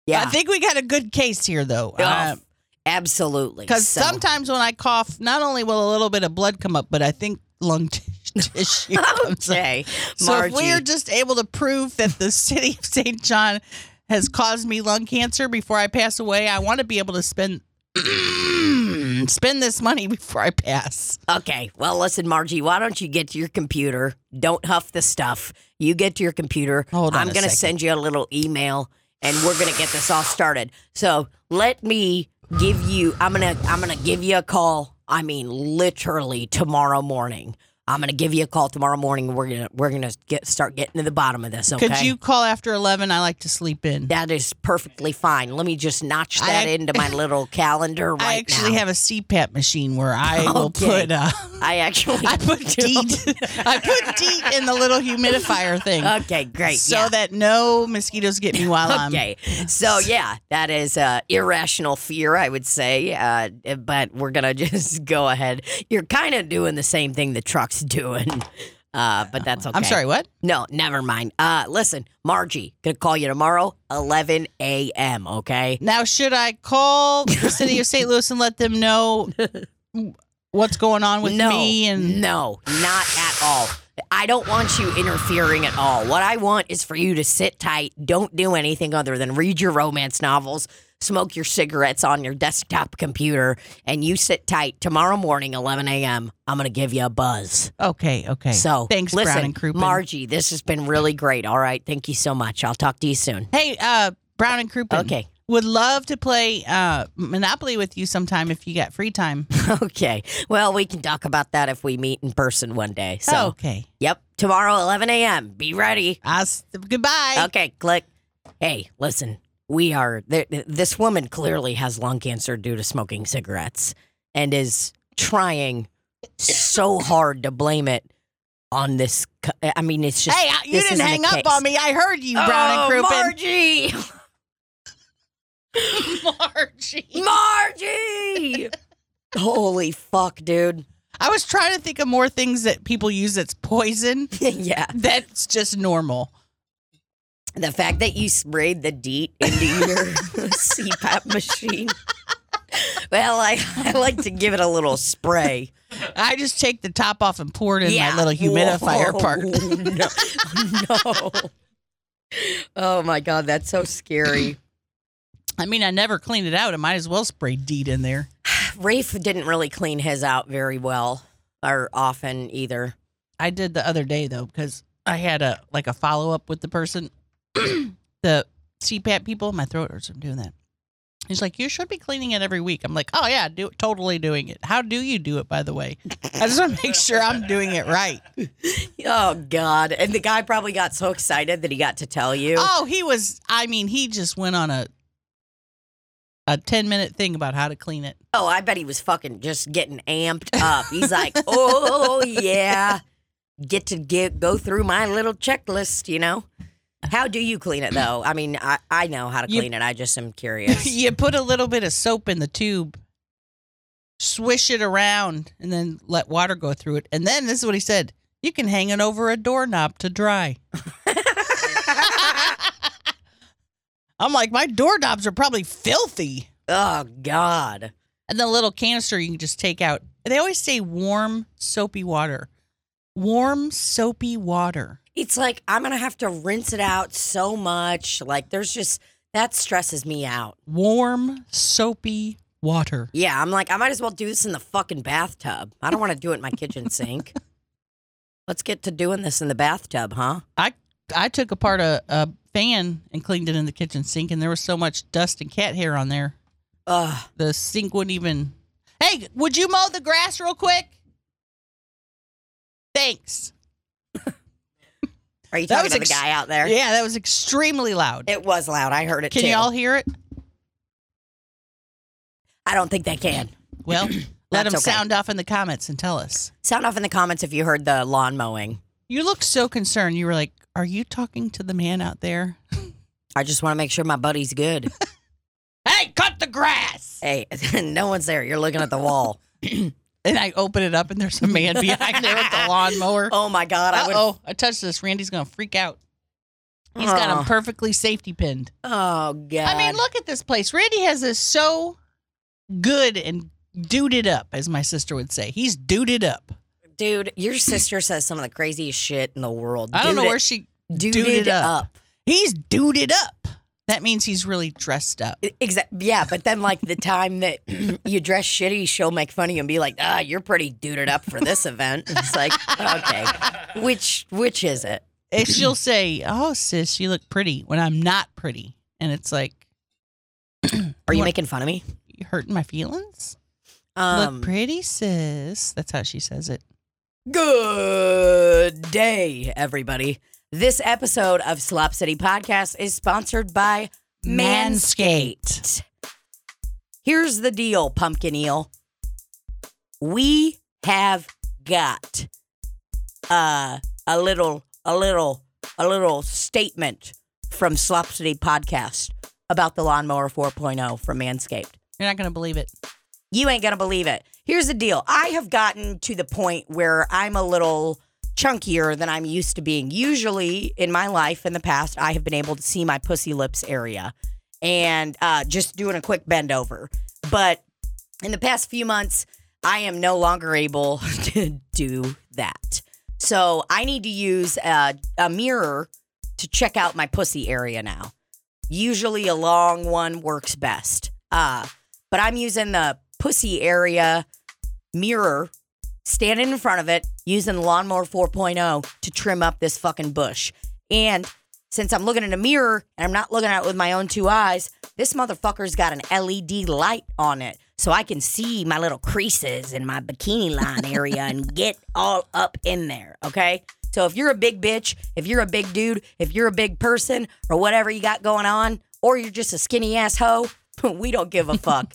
S3: Yeah.
S4: I think we got a good case here, though.
S3: Oh,
S4: Because
S3: absolutely. So-
S4: sometimes when I cough, not only will a little bit of blood come up, but I think lung t- tissue
S3: Oh,
S4: comes up.
S3: Okay,
S4: So
S3: Margie.
S4: if we're just able to prove that the city of St. John has caused me lung cancer before I pass away, I want to be able to spend spend this money before I pass.
S3: okay. Well, listen, Margie. Why don't you get to your computer? Don't huff the stuff. You get to your computer.
S4: Hold on
S3: I'm
S4: a
S3: gonna
S4: second.
S3: send you a little email, and we're gonna get this all started. So let me give you. I'm gonna. I'm gonna give you a call. I mean, literally tomorrow morning. I'm gonna give you a call tomorrow morning. We're gonna. We're gonna get start getting to the bottom of this. Okay.
S4: Could you call after eleven? I like to sleep in.
S3: That is perfectly fine. Let me just notch
S4: I-
S3: that into my little calendar right
S4: I actually
S3: now.
S4: have a CPAP machine where I will
S3: Okay.
S4: put uh,
S3: I actually.
S4: I put DEET I put DEET in the little humidifier thing
S3: Okay, great.
S4: so um,
S3: yeah.
S4: that no mosquitoes get me while I'm
S3: okay, so yeah, that is uh, irrational fear, I would say. Uh, but we're gonna just go ahead. You're kind of doing the same thing the truck's doing, uh, but that's okay.
S4: I'm sorry, what?
S3: No, never mind. Uh, listen, Margie, gonna call you tomorrow, 11 a.m. Okay.
S4: Now, should I call the city of St. Louis and let them know what's going on with
S3: no,
S4: me? And
S3: no, not at all. I don't want you interfering at all. What I want is for you to sit tight, don't do anything other than read your romance novels, smoke your cigarettes on your desktop computer, and you sit tight. Tomorrow morning, 11 a.m., I'm going to give you a buzz.
S4: okay, okay.
S3: So
S4: thanks,
S3: listen,
S4: Brown and Crouppen.
S3: Margie, this has been really great. All right. Thank you so much. I'll talk to you soon.
S4: hey, uh, Brown and Crouppen.
S3: Okay.
S4: would love to play uh, Monopoly with you sometime if you got free time.
S3: Okay. Well, we can talk about that if we meet in person one day. So,
S4: Oh, okay.
S3: yep. Tomorrow, 11 a.m. Be ready.
S4: I'll, s- goodbye.
S3: Okay, click. Hey, listen, we are. Th- th- this woman clearly has lung cancer due to smoking cigarettes and is trying so hard to blame it on this. co- I mean, it's just.
S4: hey, I- you
S3: this
S4: didn't
S3: isn't
S4: hang
S3: the
S4: up
S3: case.
S4: on me. I heard you, Brown
S3: oh,
S4: and Crouppen.
S3: Margie!
S4: Margie.
S3: Margie! Holy fuck, dude.
S4: I was trying to think of more things that people use that's poison
S3: yeah.
S4: that's just normal.
S3: The fact that you sprayed the DEET into your CPAP machine. Well, I, I like to give it a little spray.
S4: I just take the top off and pour it in
S3: Yeah.
S4: my little humidifier
S3: Whoa.
S4: part.
S3: No. no. Oh my God, that's so scary.
S4: I mean, I never clean it out. I might as well spray DEET in there.
S3: Rafe didn't really clean his out very well or often either.
S4: I did the other day though because I had a like a follow up with the person, the CPAP people. My throat hurts from doing that. He's like, you should be cleaning it every week. I'm like, oh yeah, do totally doing it. How do you do it, by the way? I just want to make sure I'm doing it right.
S3: Oh God. And the guy probably got so excited that he got to tell you.
S4: Oh, he was. I mean, he just went on a a ten minute thing about how to clean it.
S3: Oh, I bet he was fucking just getting amped up. He's like, oh, yeah, get to get, go through my little checklist, you know? How do you clean it, though? I mean, I, I know how to
S4: You-
S3: clean it. I just am curious.
S4: you put a little bit of soap in the tube, swish it around, and then let water go through it. And then this is what he said you can hang it over a doorknob to dry. I'm like, my doorknobs are probably filthy.
S3: oh, God.
S4: And the little canister you can just take out. They always say warm, soapy water. Warm, soapy water.
S3: It's like, I'm going to have to rinse it out so much. Like, there's just, that stresses me out.
S4: Warm, soapy water.
S3: Yeah, I'm like, I might as well do this in the fucking bathtub. I don't want to do it in my kitchen sink. Let's get to doing this in the bathtub, huh?
S4: I took apart a, a fan and cleaned it in the kitchen sink, and there was so much dust and cat hair on there.
S3: Ugh.
S4: The sink wouldn't even. Hey, would you mow the grass real quick? Thanks.
S3: Are you
S4: That
S3: talking
S4: was
S3: to the
S4: ex-
S3: guy out there?
S4: Yeah, that was extremely loud.
S3: It was loud. I heard it
S4: Can
S3: too.
S4: you all hear it?
S3: I don't think they can.
S4: Well, let
S3: That's
S4: them
S3: okay.
S4: sound off in the comments and tell us.
S3: Sound off in the comments if you heard the lawn mowing.
S4: You looked so concerned. You were like, "Are you talking to the man out there?"
S3: I just want to make sure my buddy's good.
S4: Hey, cut the grass!
S3: hey, no one's there. You're looking at the wall.
S4: And I open it up, and there's a man behind there with the lawnmower.
S3: Oh my God. I would.
S4: Oh, I touched this. Randy's gonna freak out. He's got
S3: Oh.
S4: him perfectly safety pinned.
S3: Oh, God.
S4: Uh-huh. I mean, look at this place. Randy has this so good and duded up, as my sister would say. He's duded up.
S3: Dude, your sister says some of the craziest shit in the world.
S4: I don't know
S3: Dude,
S4: where she.
S3: Dude
S4: dude it
S3: it
S4: up.
S3: up.
S4: He's duded up. That means he's really dressed up.
S3: Exactly. E, Yeah, but then like the time that you dress shitty, she'll make fun of you and be like, "Ah, you're pretty duded up for this event." It's like, okay, which which is it?
S4: If she'll say, "Oh, sis, you look pretty," when I'm not pretty, and it's like
S3: Are you
S4: What-
S3: making fun of me?
S4: you hurting my feelings.
S3: Um,
S4: look pretty, sis. That's how she says it.
S3: Good day, everybody. This episode of Slop City Podcast is sponsored by Manscaped. Here's the deal, Pumpkin Eel. We have got uh, a little, a little, a little statement from Slop City Podcast about the Lawnmower 4.0 from Manscaped.
S4: You're not gonna believe it.
S3: You ain't gonna believe it. Here's the deal. I have gotten to the point where I'm a little chunkier than I'm used to being. Usually in my life in the past, I have been able to see my pussy lips area and uh, just doing a quick bend over. But in the past few months, I am no longer able to do that. So I need to use a, a mirror to check out my pussy area now. Usually a long one works best. Uh, but I'm using the pussy area mirror, standing in front of it, using the lawnmower 4.0 to trim up this fucking bush. And since I'm looking in a mirror and I'm not looking at it with my own two eyes, this motherfucker's got an LED light on it. So I can see my little creases in my bikini line area and get all up in there. Okay. So if you're a big bitch, if you're a big dude, if you're a big person or whatever you got going on, or you're just a skinny ass hoe, we don't give a fuck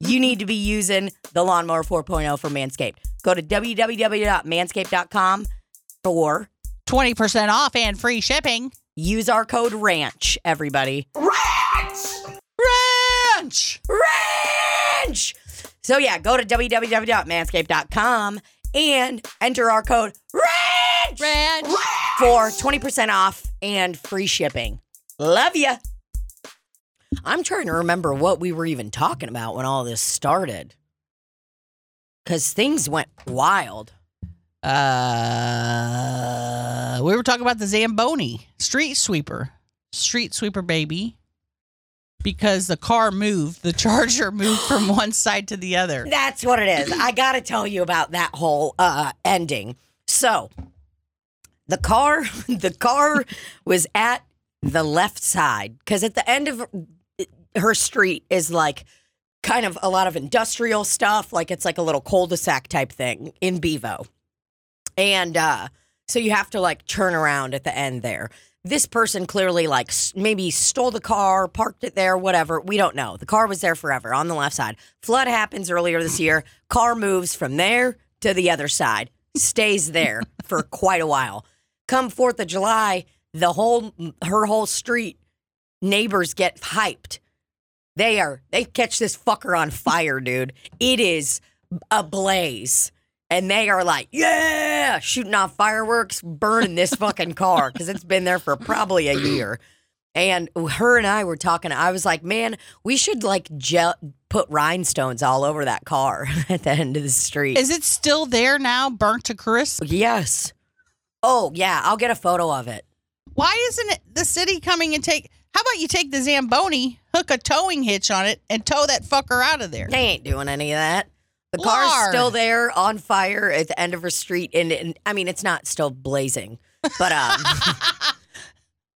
S3: you need to be using the Lawnmower 4.0 for Manscaped. Go to www.manscaped.com or
S4: 20% off and free shipping.
S3: use our code RANCH, everybody.
S4: Ranch!
S3: RANCH! So, yeah, go to www.manscaped.com and enter our code RANCH
S4: Ranch!
S3: for 20% off and free shipping. Love ya. I'm trying to remember what we were even talking about when all this started. Because things went wild.
S4: Uh, we were talking about the Zamboni street sweeper, street sweeper baby, because the car moved, the charger moved from one side to the other.
S3: That's what it is. I got to tell you about that whole uh, ending. So, the car, the car was at the left side because at the end of uh, her street is like kind of a lot of industrial stuff. Like it's like a little cul-de-sac type thing in Bevo, and uh, so you have to like turn around at the end there. This person clearly like s- maybe stole the car, parked it there, whatever. We don't know. The car was there forever on the left side. Flood happens earlier this year. Car moves from there to the other side, stays there for quite a while. Come 4th of July, the whole her whole street neighbors get hyped. They are they catch this fucker on fire, dude. It is ablaze. And they are like, yeah, shooting off fireworks, burning this fucking car because it's been there for probably a year. And her and I were talking. I was like, man, we should like gel- put rhinestones all over that car at the end of the street.
S4: Is it still there now, burnt to crisp?
S3: yes. Oh, yeah. I'll get a photo of it.
S4: Why isn't it the city coming and take? How about you take the Zamboni, hook a towing hitch on it, and tow that fucker out of there?
S3: They ain't doing any of that. The car's
S4: Lard.
S3: still there on fire at the end of her street, and, and I mean it's not still blazing, but um,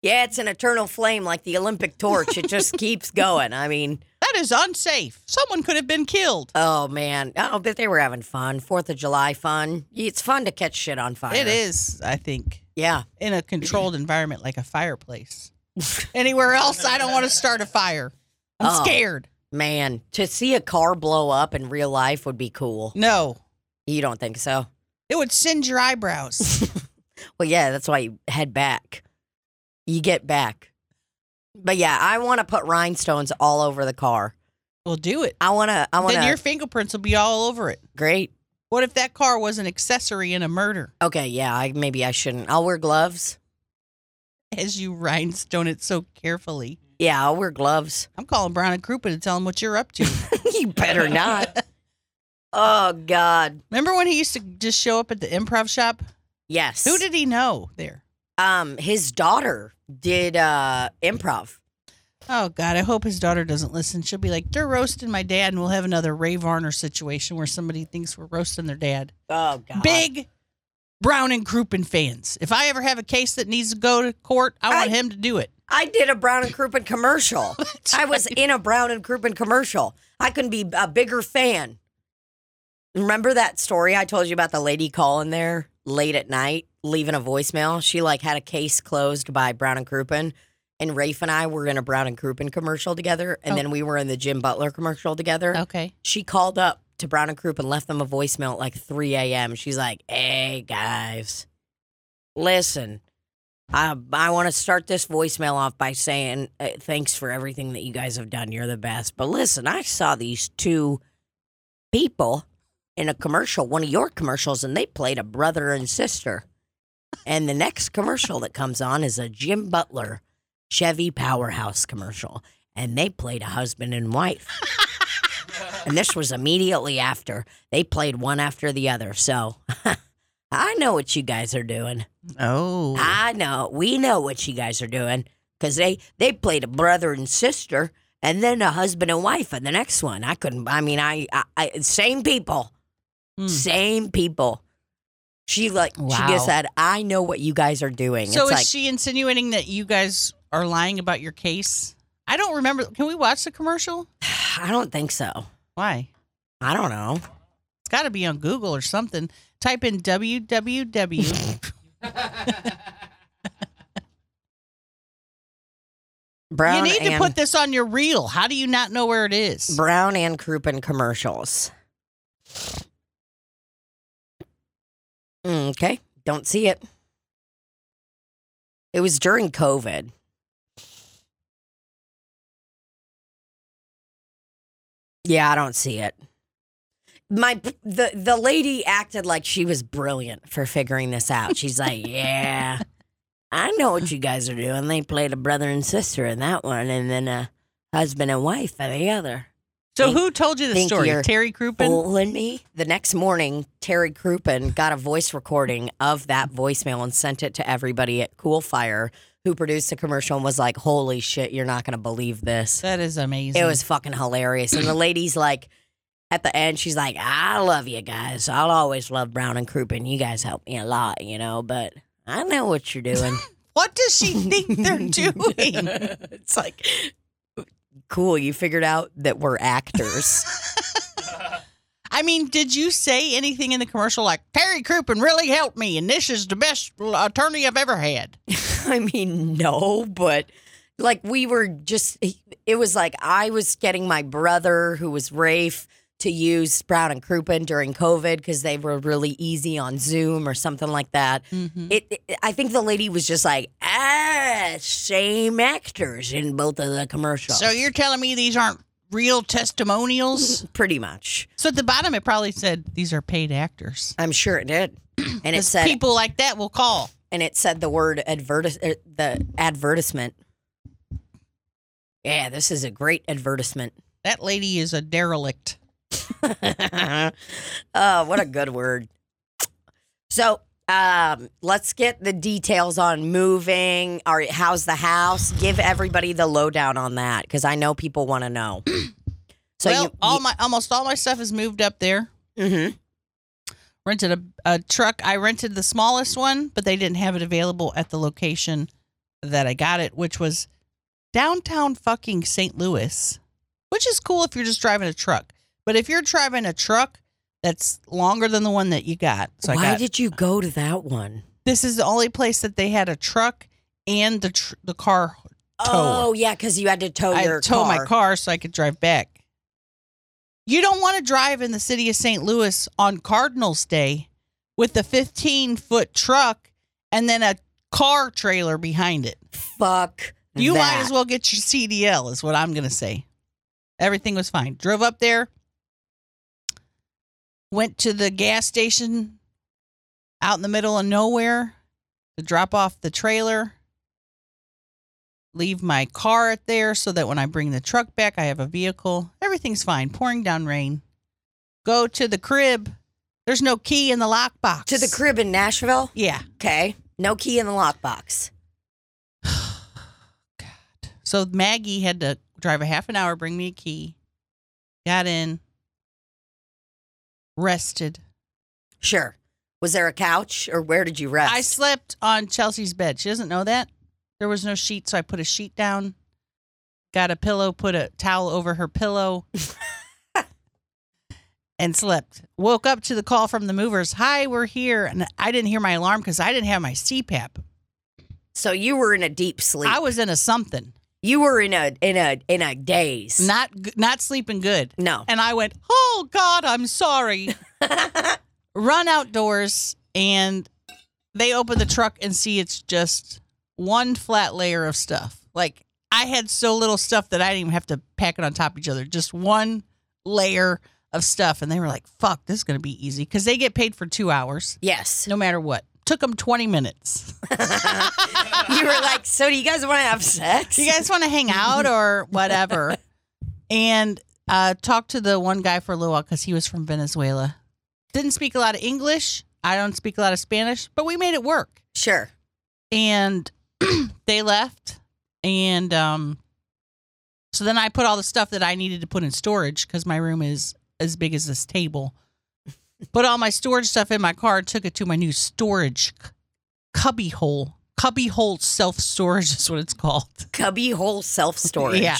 S3: yeah, it's an eternal flame like the Olympic torch. It just keeps going. I mean,
S4: That is unsafe. Someone could have been killed.
S3: oh man, oh, but they were having fun. Fourth of July fun. It's fun to catch shit on fire.
S4: It is, I think,
S3: Yeah.
S4: in a controlled environment like a fireplace. Anywhere else, I don't want to start a fire. I'm
S3: Oh.
S4: scared.
S3: Man, to see a car blow up in real life would be cool.
S4: No,
S3: You don't think so?
S4: it would singe your eyebrows.
S3: Well, yeah, that's why you head back. You get back. But yeah, I want to put rhinestones all over the car.
S4: well, do it.
S3: I want to. I want
S4: Then your
S3: to.
S4: fingerprints will be all over it.
S3: Great.
S4: What if that car was an accessory in a murder?
S3: Okay. Yeah. I maybe I shouldn't. I'll wear gloves.
S4: As you rhinestone it so carefully,
S3: Yeah, I'll wear gloves.
S4: I'm calling Brown and Crouppen to tell him what you're up to.
S3: you better not. oh God.
S4: Remember when he used to just show up at the improv shop?
S3: Yes.
S4: Who did he know there?
S3: Um, his daughter did uh improv.
S4: Oh God, I hope his daughter doesn't listen. She'll be like, "They're roasting my dad," and we'll have another Ray Varner situation where somebody thinks we're roasting their dad.
S3: Oh
S4: Uh,
S3: God.
S4: Big Brown and Crouppen fans. If I ever have a case that needs to go to court, I want
S3: I-
S4: him to do it.
S3: I did a Brown and Crouppen commercial. I was in a Brown and Crouppen commercial. I couldn't be a bigger fan. Remember that story I told you about the lady calling there late at night, leaving a voicemail? She like had a case closed by Brown and Crouppen. And Rafe and I were in a Brown and Crouppen commercial together, and
S4: Oh.
S3: then we were in the Jim Butler commercial together.
S4: Okay.
S3: She called up to Brown and Croup and left them a voicemail at like 3 a.m. She's like, hey guys, listen, I, I want to start this voicemail off by saying uh, thanks for everything that you guys have done. You're the best. But listen, I saw these two people in a commercial, one of your commercials, and they played a brother and sister. And the next commercial that comes on is a Jim Butler Chevy Powerhouse commercial, and they played a husband and wife. and this was immediately after they played one after the other. So I know what you guys are doing.
S4: Oh.
S3: I know. We know what you guys are doing because they they played a brother and sister, and then a husband and wife in the next one. I couldn't. I mean, I, I, I same people,
S4: Hmm.
S3: same people. She like she
S4: Wow.
S3: just said, "I know what you guys are doing."
S4: So
S3: it's
S4: is
S3: like,
S4: she insinuating that you guys are lying about your case? I don't remember. Can we watch the commercial?
S3: I don't think so.
S4: Why?
S3: I don't know.
S4: It's got to be on Google or something. Type in www. you
S3: Brown
S4: need to
S3: and
S4: put this on your reel. How do you not know where it is?
S3: Brown and Crouppen commercials. Mm, Okay. Don't see it. It was during COVID. Yeah, I don't see it. My the the lady acted like she was brilliant for figuring this out. She's like, "Yeah, I know what you guys are doing. They played a brother and sister in that one, and then a husband and wife in the other."
S4: So
S3: Think-
S4: who told you the
S3: think
S4: story?
S3: you're
S4: Terry Crouppen.
S3: fooling me? The next morning, Terry Crouppen got a voice recording of that voicemail and sent it to everybody at Cool Fire, who produced the commercial and was like, "Holy shit, you're not gonna believe this."
S4: That is amazing.
S3: It was fucking hilarious. And the lady's like, at the end, she's like, "I love you guys. I'll always love Brown and Crouppen. You guys help me a lot, you know, but." I know what you're doing.
S4: What does she think they're doing?
S3: it's like, cool. You figured out that we're actors.
S4: I mean, did you say anything in the commercial like Terry Crouppen really helped me, and this is the best attorney I've ever had?
S3: I mean, no, but like we were just, it was like I was getting my brother, who was Rafe, to use Sprout and Crouppen during COVID because they were really easy on Zoom or something like that. It, it, I think the lady was just like, ah, same actors in both of the commercials.
S4: So you're telling me these aren't real testimonials?
S3: pretty much.
S4: so at the bottom, it probably said these are paid actors.
S3: I'm sure it did, and it
S4: It's
S3: said,
S4: people like that will call.
S3: and it said the word advertis- uh, the advertisement. Yeah, this is a great advertisement.
S4: That lady is a derelict.
S3: oh, what a good word. So um, let's get the details on moving. All right, how's the house? Give everybody the lowdown on that because I know people want to know. So
S4: well, um,
S3: you,
S4: all my almost all my stuff is moved up there.
S3: you- Mhm.
S4: rented a, a truck. I rented the smallest one, but they didn't have it available at the location that I got it, which was downtown fucking St. Louis, which is cool if you're just driving a truck. But if you're driving a truck that's longer than the one that you got, so I
S3: why
S4: got
S3: did you go to that one?
S4: this is the only place that they had a truck and the tr- the car.
S3: Oh yeah, because you had to tow
S4: I
S3: your
S4: towed
S3: car.
S4: my car so I could drive back. You don't want to drive in the city of St. Louis on Cardinals Day with a 15 foot truck and then a car trailer behind it.
S3: Fuck.
S4: You
S3: that.
S4: might as well get your CDL, is what I'm going to say. Everything was fine. Drove up there, went to the gas station out in the middle of nowhere to drop off the trailer, leave my car at there so that when I bring the truck back, I have a vehicle. Everything's fine. Pouring down rain. Go to the crib. There's no key in the lockbox.
S3: to the crib in Nashville.
S4: Yeah.
S3: Okay, no key in the lockbox.
S4: So Maggie had to drive a half an hour, bring me a key, got in, rested.
S3: Sure. Was there a couch or where did you rest?
S4: I slept on Chelsea's bed. She doesn't know that. There was no sheet, so I put a sheet down, got a pillow, put a towel over her pillow, and slept. Woke up to the call from the movers Hi, we're here. And I didn't hear my alarm because I didn't have my CPAP.
S3: so you were in a deep sleep.
S4: I was in a something,
S3: You were in a in a in a daze.
S4: not, g- not sleeping good.
S3: no.
S4: And I went, Oh God, I'm sorry. Run outdoors and they open the truck and see it's just one flat layer of stuff. Like I had so little stuff that I didn't even have to pack it on top of each other. Just one layer of stuff. And they were like, fuck, this is going to be easy. Cause they get paid for two hours,
S3: Yes.
S4: no matter what. Took them 20 minutes.
S3: You were like, so do you guys want to have sex?
S4: Do you guys want to hang out or whatever? and uh, talked to the one guy for a little while because he was from Venezuela. Didn't speak a lot of English. I don't speak a lot of Spanish, but we made it work.
S3: sure.
S4: And they left. And um, so then I put all the stuff that I needed to put in storage because my room is as big as this table. Put all my storage stuff in my car and took it to my new storage c- cubby hole. Cubby hole self storage is what it's called.
S3: Cubby hole self storage.
S4: Yeah.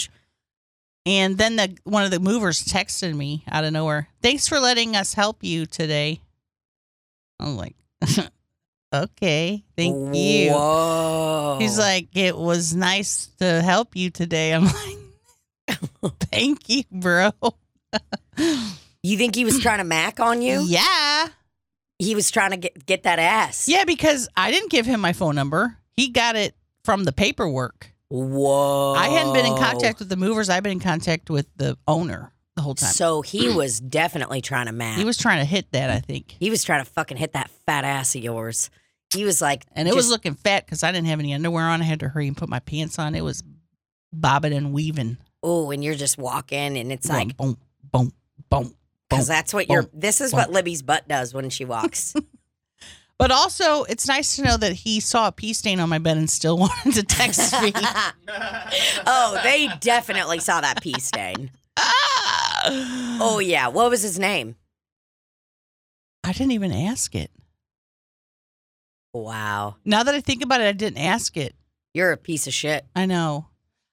S4: And then the one of the movers texted me out of nowhere. Thanks for letting us help you today. I'm like, okay, thank you.
S3: Whoa.
S4: He's like, it was nice to help you today. I'm like, thank you, bro.
S3: You think he was trying to mac on you?
S4: Yeah.
S3: he was trying to get get that ass.
S4: Yeah, because I didn't give him my phone number. He got it from the paperwork.
S3: Whoa.
S4: I hadn't been in
S3: Oh.
S4: contact with the movers. I've been in contact with the owner the whole time.
S3: So he was definitely trying to match.
S4: he was trying to hit that, I think.
S3: He was trying to fucking hit that fat ass of yours. He was like,
S4: And it was
S3: just-
S4: looking fat because I didn't have any underwear on. I had to hurry and put my pants on. It was bobbing and weaving.
S3: oh, and you're just walking, and it's like,
S4: boom, boom, boom.
S3: because that's what you're. This is what
S4: bonk.
S3: Libby's butt does when she walks.
S4: But also, it's nice to know that he saw a pee stain on my bed and still wanted to text me.
S3: oh, they definitely saw that pee stain.
S4: Ah!
S3: Oh yeah, what was his name?
S4: I didn't even ask it.
S3: Wow,
S4: Now that I think about it, I didn't ask it.
S3: you're a piece of shit.
S4: I know.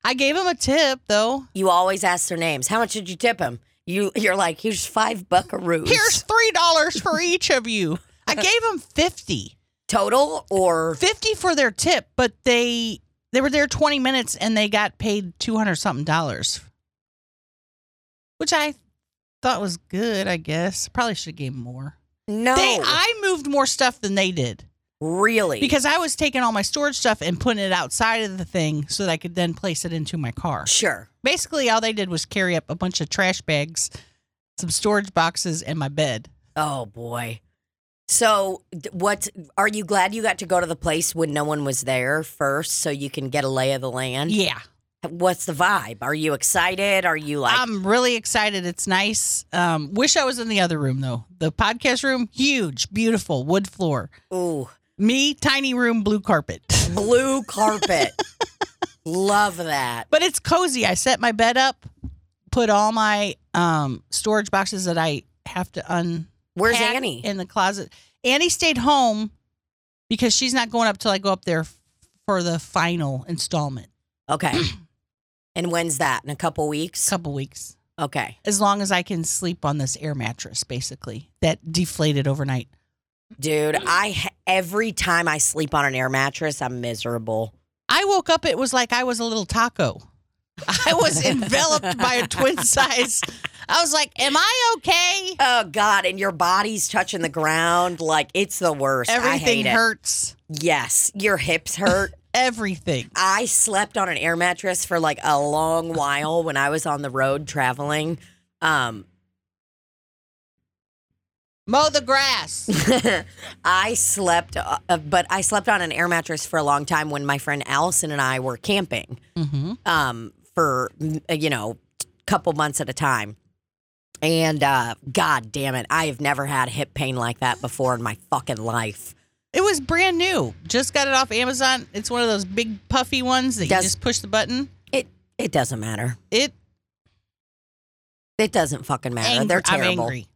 S4: I gave him a tip though.
S3: You always ask their names. How much did you tip him? You you're like, here's five buckaroos.
S4: Here's three dollars for each of you. I gave him 50.
S3: total or
S4: 50 for their tip, but they they were there 20 minutes and they got paid 200 something dollars. Which I thought was good, I guess. Probably should have gave 'em more.
S3: no?
S4: They I moved more stuff than they did
S3: really?
S4: because I was taking all my storage stuff and putting it outside of the thing so that I could then place it into my car.
S3: sure.
S4: Basically, all they did was carry up a bunch of trash bags, some storage boxes, and my bed.
S3: Oh boy. So d- what? Are you glad you got to go to the place when no one was there first, so you can get a lay of the land?
S4: Yeah.
S3: What's the vibe? Are you excited? Are you like?
S4: I'm really excited. It's nice. Um, wish I was in the other room though. The podcast room, huge, beautiful, wood floor.
S3: Ooh,
S4: Me, tiny room, blue carpet.
S3: blue carpet. Love that.
S4: But it's cozy. I set my bed up, put all my um storage boxes that I have to un
S3: Where's
S4: pack
S3: Annie?
S4: in the closet. Annie stayed home because she's not going up till I go up there f- for the final installment.
S3: okay. And when's that? In a couple weeks?
S4: Couple weeks.
S3: Okay.
S4: As long as I can sleep on this air mattress, basically, that deflated overnight. mm-hmm.
S3: Dude, I ha- every time I sleep on an air mattress, I'm miserable.
S4: I woke up, it was like I was a little taco. I was enveloped by a twin size. I was like, Am I okay?
S3: Oh god, and your body's touching the ground like it's the worst. I
S4: Everything
S3: hate it.
S4: hurts.
S3: Yes, your hips hurt.
S4: Everything.
S3: I slept on an air mattress for like a long while when I was on the road traveling. Um,
S4: Mow the grass.
S3: I slept, uh, uh, but I slept on an air mattress for a long time when my friend Allison and I were camping
S4: mm-hmm.
S3: um, for, mm, uh, you know, couple months at a time. And uh, God damn it, I have never had hip pain like that before in my fucking life.
S4: It was brand new. Just got it off Amazon. It's one of those big puffy ones that
S3: Does-
S4: you just push the button.
S3: It it doesn't matter.
S4: It
S3: It doesn't fucking matter.
S4: angry.
S3: Uh, They're
S4: I'm
S3: terrible.
S4: angry.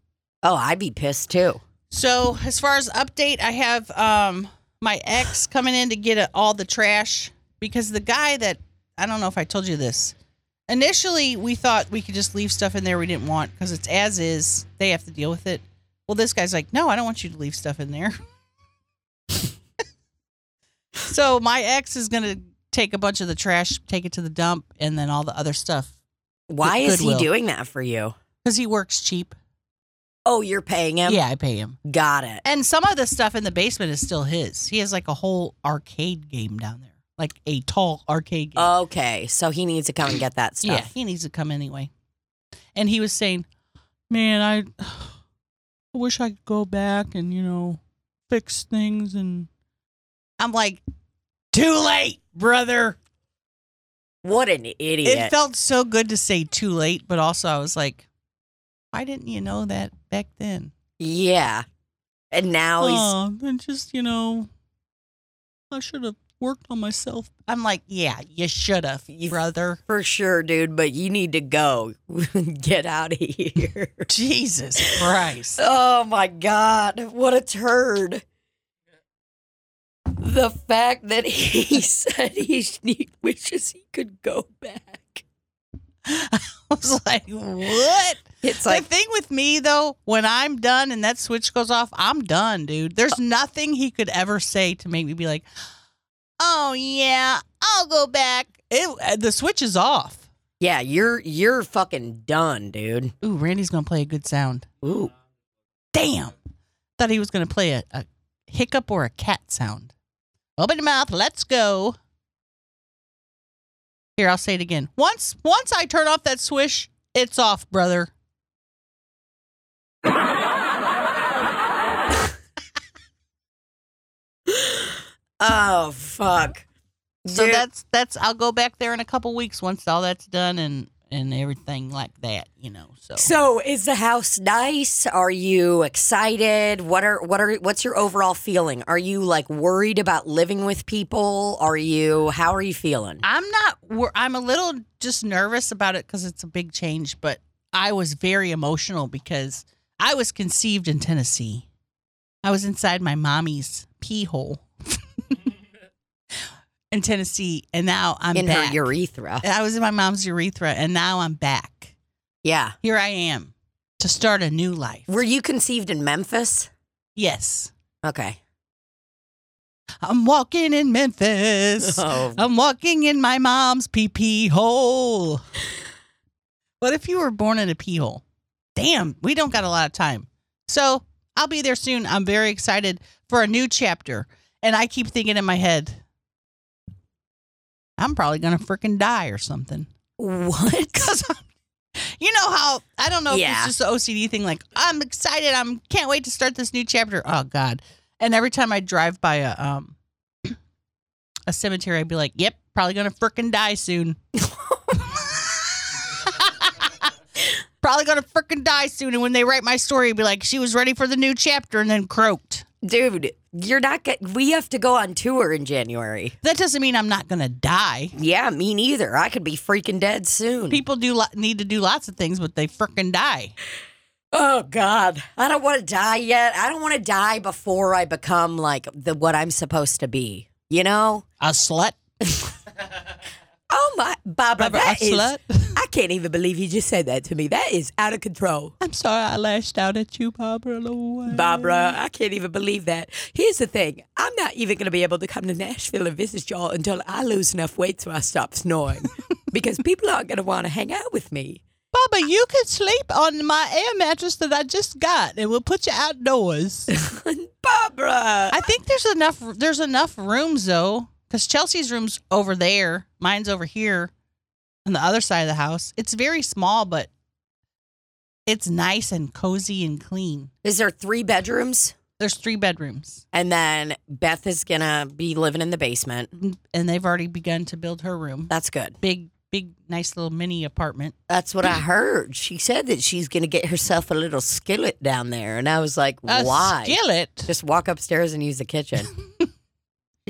S3: Oh, I'd be pissed too.
S4: So as far as update, I have um my ex coming in to get uh all the trash because the guy that I don't know if I told you this. Initially, we thought we could just leave stuff in there we didn't want because it's as is. They have to deal with it. Well, this guy's like, no, I don't want you to leave stuff in there. so my ex is gonna take a bunch of the trash, take it to the dump, and then all the other stuff
S3: Why is he
S4: Goodwill.
S3: doing that for you?
S4: because he works cheap.
S3: Oh, you're paying him?
S4: yeah, I pay him.
S3: Got it.
S4: And some of the stuff in the basement is still his. He has like a whole arcade game down there, like a tall arcade game.
S3: Okay. So he needs to come and get that
S4: yeah,
S3: Oh, stuff.
S4: he needs to come anyway. And he was saying, "Man, I wish I could go back and you know fix things." And I'm like, "Too late, brother."
S3: What an idiot.
S4: It felt so good to say too late, but also I was like, "Why didn't you know that back then?"
S3: yeah. And now he's
S4: Oh, then just, you know, I should have worked on myself. I'm like, yeah, you should have,
S3: You-
S4: brother.
S3: for sure, dude, but you need to go. get out of here.
S4: Jesus Christ.
S3: oh my God. What a turd. The fact that he said he sh- he wishes he could go back.
S4: I was like, what?
S3: It's
S4: The
S3: like,
S4: thing with me, though, when I'm done and that switch goes off, I'm done, dude. There's nothing he could ever say to make me be like, oh, yeah, I'll go back. It, uh, the switch is off.
S3: yeah, you're you're fucking done, dude.
S4: Ooh, Randy's going to play a good sound.
S3: Ooh.
S4: Damn. Thought he was going to play a, a hiccup or a cat sound. Open your mouth. Let's go. Here, I'll say it again. Once, once I turn off that swish, it's off, brother.
S3: Oh fuck.
S4: So
S3: Dude,
S4: that's that's. I'll go back there in a couple weeks once all that's done and and everything like that. You know. So
S3: so is the house nice? Are you excited? What are what are what's your overall feeling? Are you like worried about living with people? Are you how are you feeling?
S4: I'm not. wor- I'm a little just nervous about it because it's a big change. But I was very emotional because I was conceived in Tennessee. I was inside my mommy's pee hole in Tennessee, and now I'm
S3: in
S4: back.
S3: her urethra.
S4: I was in my mom's urethra, and now I'm back.
S3: Yeah.
S4: Here I am to start a new life.
S3: Were you conceived in Memphis?
S4: yes,
S3: Okay.
S4: I'm walking in Memphis.
S3: Oh.
S4: I'm walking in my mom's pee pee hole. What if you were born in a pee hole? Damn, we don't got a lot of time. So I'll be there soon. I'm very excited for a new chapter. And I keep thinking in my head, I'm probably going to freaking die or something.
S3: What?
S4: Because you know how, I don't know
S3: Yeah.
S4: if it's just an OCD thing, like, I'm excited. I'm can't wait to start this new chapter. Oh, God. And every time I drive by a, um, a cemetery, I'd be like, yep, probably going to freaking die soon. Probably gonna freaking die soon. And when they write my story, it'd be like, she was ready for the new chapter and then croaked.
S3: Dude, you're not get, we have to go on tour in January.
S4: That doesn't mean I'm not gonna die.
S3: Yeah, me neither. I could be freaking dead soon.
S4: People do lo- need to do lots of things, but they freaking die.
S3: Oh God, I don't want to die yet. I don't want to die before I become like the what I'm supposed to be. You know?
S4: A slut.
S3: Oh my, Baba,
S4: Barbara,
S3: that
S4: a
S3: is-
S4: slut.
S3: I can't even believe you just said that to me. That is out of control,
S4: I'm sorry I lashed out at you, Barbara. Lloyd.
S3: Barbara. I can't even believe that. Here's the thing: I'm not even going to be able to come to Nashville and visit y'all until I lose enough weight so I stop snoring, because people aren't going to want to hang out with me.
S4: Barbara, you can sleep on my air mattress that I just got, and we'll put you outdoors.
S3: Barbara,
S4: I think there's enough. There's enough rooms though, because Chelsea's room's over there. Mine's over here, on the other side of the house. It's very small, but it's nice and cozy and clean.
S3: is there three bedrooms?
S4: There's three bedrooms,
S3: And then Beth is going to be living in the basement.
S4: and they've already begun to build her room.
S3: That's good.
S4: Big, big, nice little mini apartment.
S3: That's what I heard. She said that she's going to get herself a little skillet down there. And I was like,
S4: A
S3: why?
S4: skillet?
S3: Just walk upstairs and use the kitchen. She's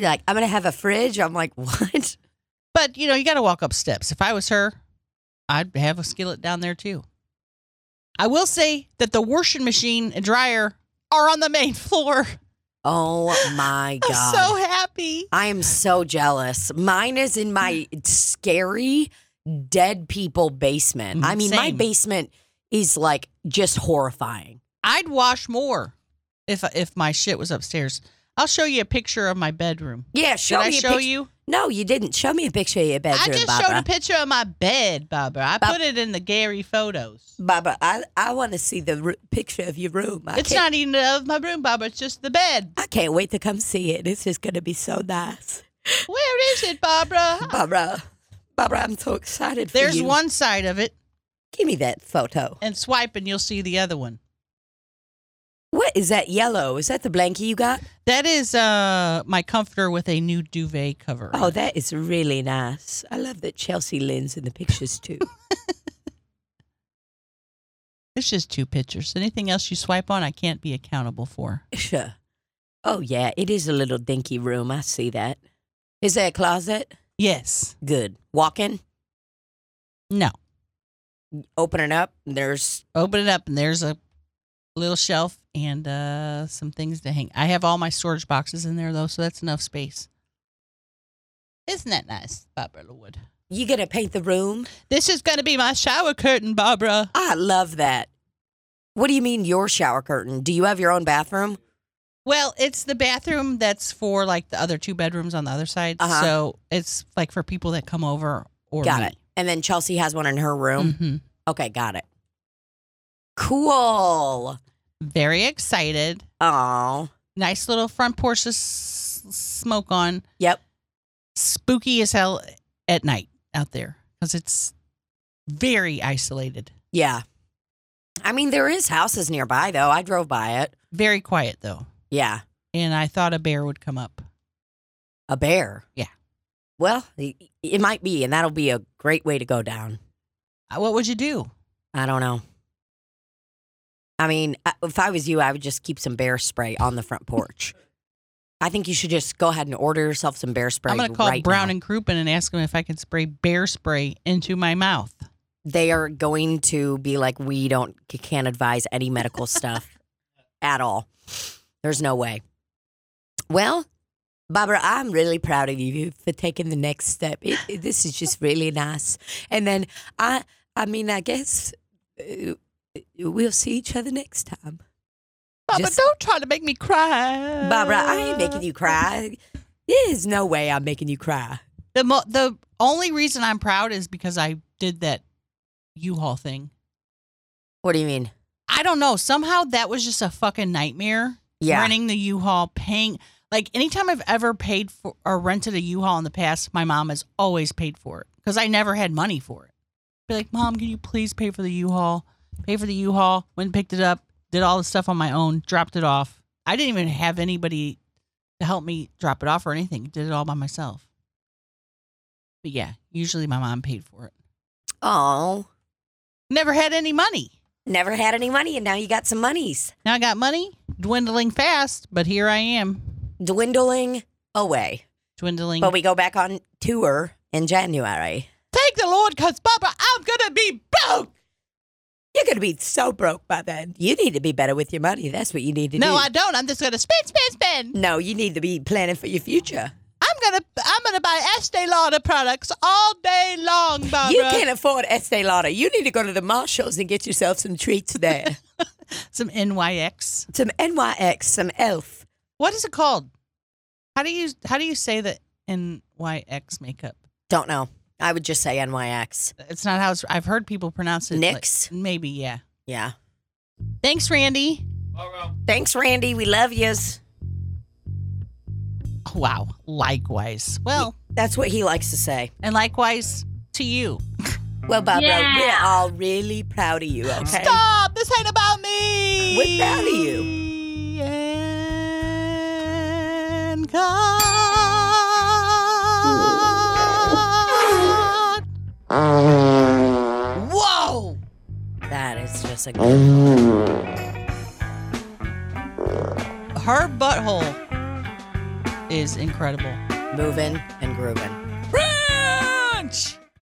S3: like, I'm going to have a fridge. I'm like, what?
S4: But you know, you got to walk up steps. If I was her, I'd have a skillet down there too. I will say that the washing machine and dryer are on the main floor.
S3: Oh my God.
S4: I'm so happy.
S3: I am so jealous. Mine is in my scary dead people basement.
S4: Mm,
S3: I mean, my
S4: same.
S3: basement is like just horrifying.
S4: I'd wash more if if my shit was upstairs. I'll show you a picture of my bedroom.
S3: Yeah,
S4: Should
S3: show
S4: I
S3: me a
S4: show
S3: pic-
S4: you?
S3: No, you didn't. Show me a picture of your bedroom,
S4: I just
S3: Barbara.
S4: showed a picture of my bed, Barbara. I
S3: Bob-
S4: put it in the Gary photos.
S3: Baba, I, I want to see the r- picture of your room. I
S4: it's
S3: can't,
S4: not even of my room, Barbara. It's just the bed.
S3: I can't wait to come see it. It's just going to be so nice.
S4: Where is it, Barbara?
S3: Barbara, Barbara, I'm so excited for
S4: There's
S3: you.
S4: one side of it,
S3: Give me that photo.
S4: and swipe, and you'll see the other one.
S3: What is that yellow? Is that the blanket you got?
S4: That is uh my comforter with a new duvet cover.
S3: Oh, that is really nice. I love that Chelsea Lynn's in the pictures too.
S4: it's just two pictures. Anything else you swipe on, I can't be accountable for.
S3: sure. Oh, yeah, it is a little dinky room. I see that. Is there a closet?
S4: Yes.
S3: Good. Walk in,
S4: No.
S3: open it up. There's,
S4: open it up and there's a little shelf and uh some things to hang. I have all my storage boxes in there though, so that's enough space. Isn't that nice, Barbara Wood?
S3: you going to paint the room?
S4: This is going to be my shower curtain, Barbara.
S3: I love that. What do you mean your shower curtain? Do you have your own bathroom?
S4: Well, it's the bathroom that's for like the other two bedrooms on the other side,
S3: Uh-huh.
S4: so it's like for people that come over or
S3: got
S4: me. Mm. Mm-hmm.
S3: it. And then Chelsea has one in her room.
S4: Mhm.
S3: Okay, got it. Cool.
S4: very excited.
S3: Oh,
S4: Nice little front porch to s- smoke on.
S3: yep.
S4: Spooky as hell at night out there because it's very isolated.
S3: Yeah. I mean, there is houses nearby though. I drove by it.
S4: Very quiet though.
S3: Yeah.
S4: And I thought a bear would come up.
S3: A bear.
S4: Yeah.
S3: Well, y- y- it might be, and that'll be a great way to go down.
S4: Uh, What would you do?
S3: I don't know. I mean, I- if I was you, I would just keep some bear spray on the front porch. I think you should just go ahead and order yourself some bear spray.
S4: I'm going to call
S3: right
S4: Brown
S3: now.
S4: and Crouppen and ask him if I can spray bear spray into my mouth.
S3: They are going to be like, we don't c- can't advise any medical stuff at all. There's no way. Well, Barbara, I'm really proud of you for taking the next step. It, it- this is just really nice. And then I, I mean, I guess uh, we'll see each other next time.
S4: Baba,
S3: Just-
S4: don't try to make me cry.
S3: Barbara, I ain't making you cry. There's no way I'm making you cry.
S4: The mo- the only reason I'm proud is because I did that U-Haul thing.
S3: What do you mean?
S4: I don't know. Somehow that was just a fucking nightmare.
S3: Yeah.
S4: Renting the U-Haul, paying like anytime I've ever paid for or rented a U-Haul in the past, my mom has always paid for it because I never had money for it. Be like, mom, can you please pay for the U-Haul? Pay for the U-Haul. Went and picked it up. Did all the stuff on my own. Dropped it off. I didn't even have anybody to help me drop it off or anything. Did it all by myself. But yeah, usually my mom paid for it.
S3: Oh,
S4: Never had any money.
S3: never had any money, and now you got some monies
S4: Now I got money dwindling fast, but here I am
S3: dwindling away.
S4: dwindling.
S3: But we go back on tour in January.
S4: Thank the Lord, because Baba, I'm going to be broke.
S3: You're going to be so broke by then. You need to be better with your money. That's what you need to do.
S4: No, I don't. I'm just going to spin, spin, spin.
S3: No, you need to be planning for your future.
S4: I'm going to I'm gonna buy Estee Lauder products all day long, Barbara.
S3: you can't afford Estee Lauder. You need to go to the Marshalls and get yourself some treats there.
S4: Some NYX.
S3: some NYX, some e.l.f.
S4: What is it called? How do you how do you say the NYX makeup?
S3: Don't know. I would just say NYX.
S4: It's not how it's, I've heard people pronounce it. like-
S3: NYX?
S4: maybe, yeah.
S3: Yeah.
S4: Thanks, Randy.
S3: Thanks, Randy. We love yous.
S4: Wow. Likewise. Well,
S3: That's what he likes to say.
S4: and likewise to you.
S3: Well, Barbara,
S5: Yeah.
S3: we're all really proud of you, okay?
S4: Stop! This ain't about me.
S3: We're proud of you.
S4: And God. Whoa!
S3: That is just a good.
S4: Her butthole is incredible.
S3: moving and grooving.
S4: Ranch.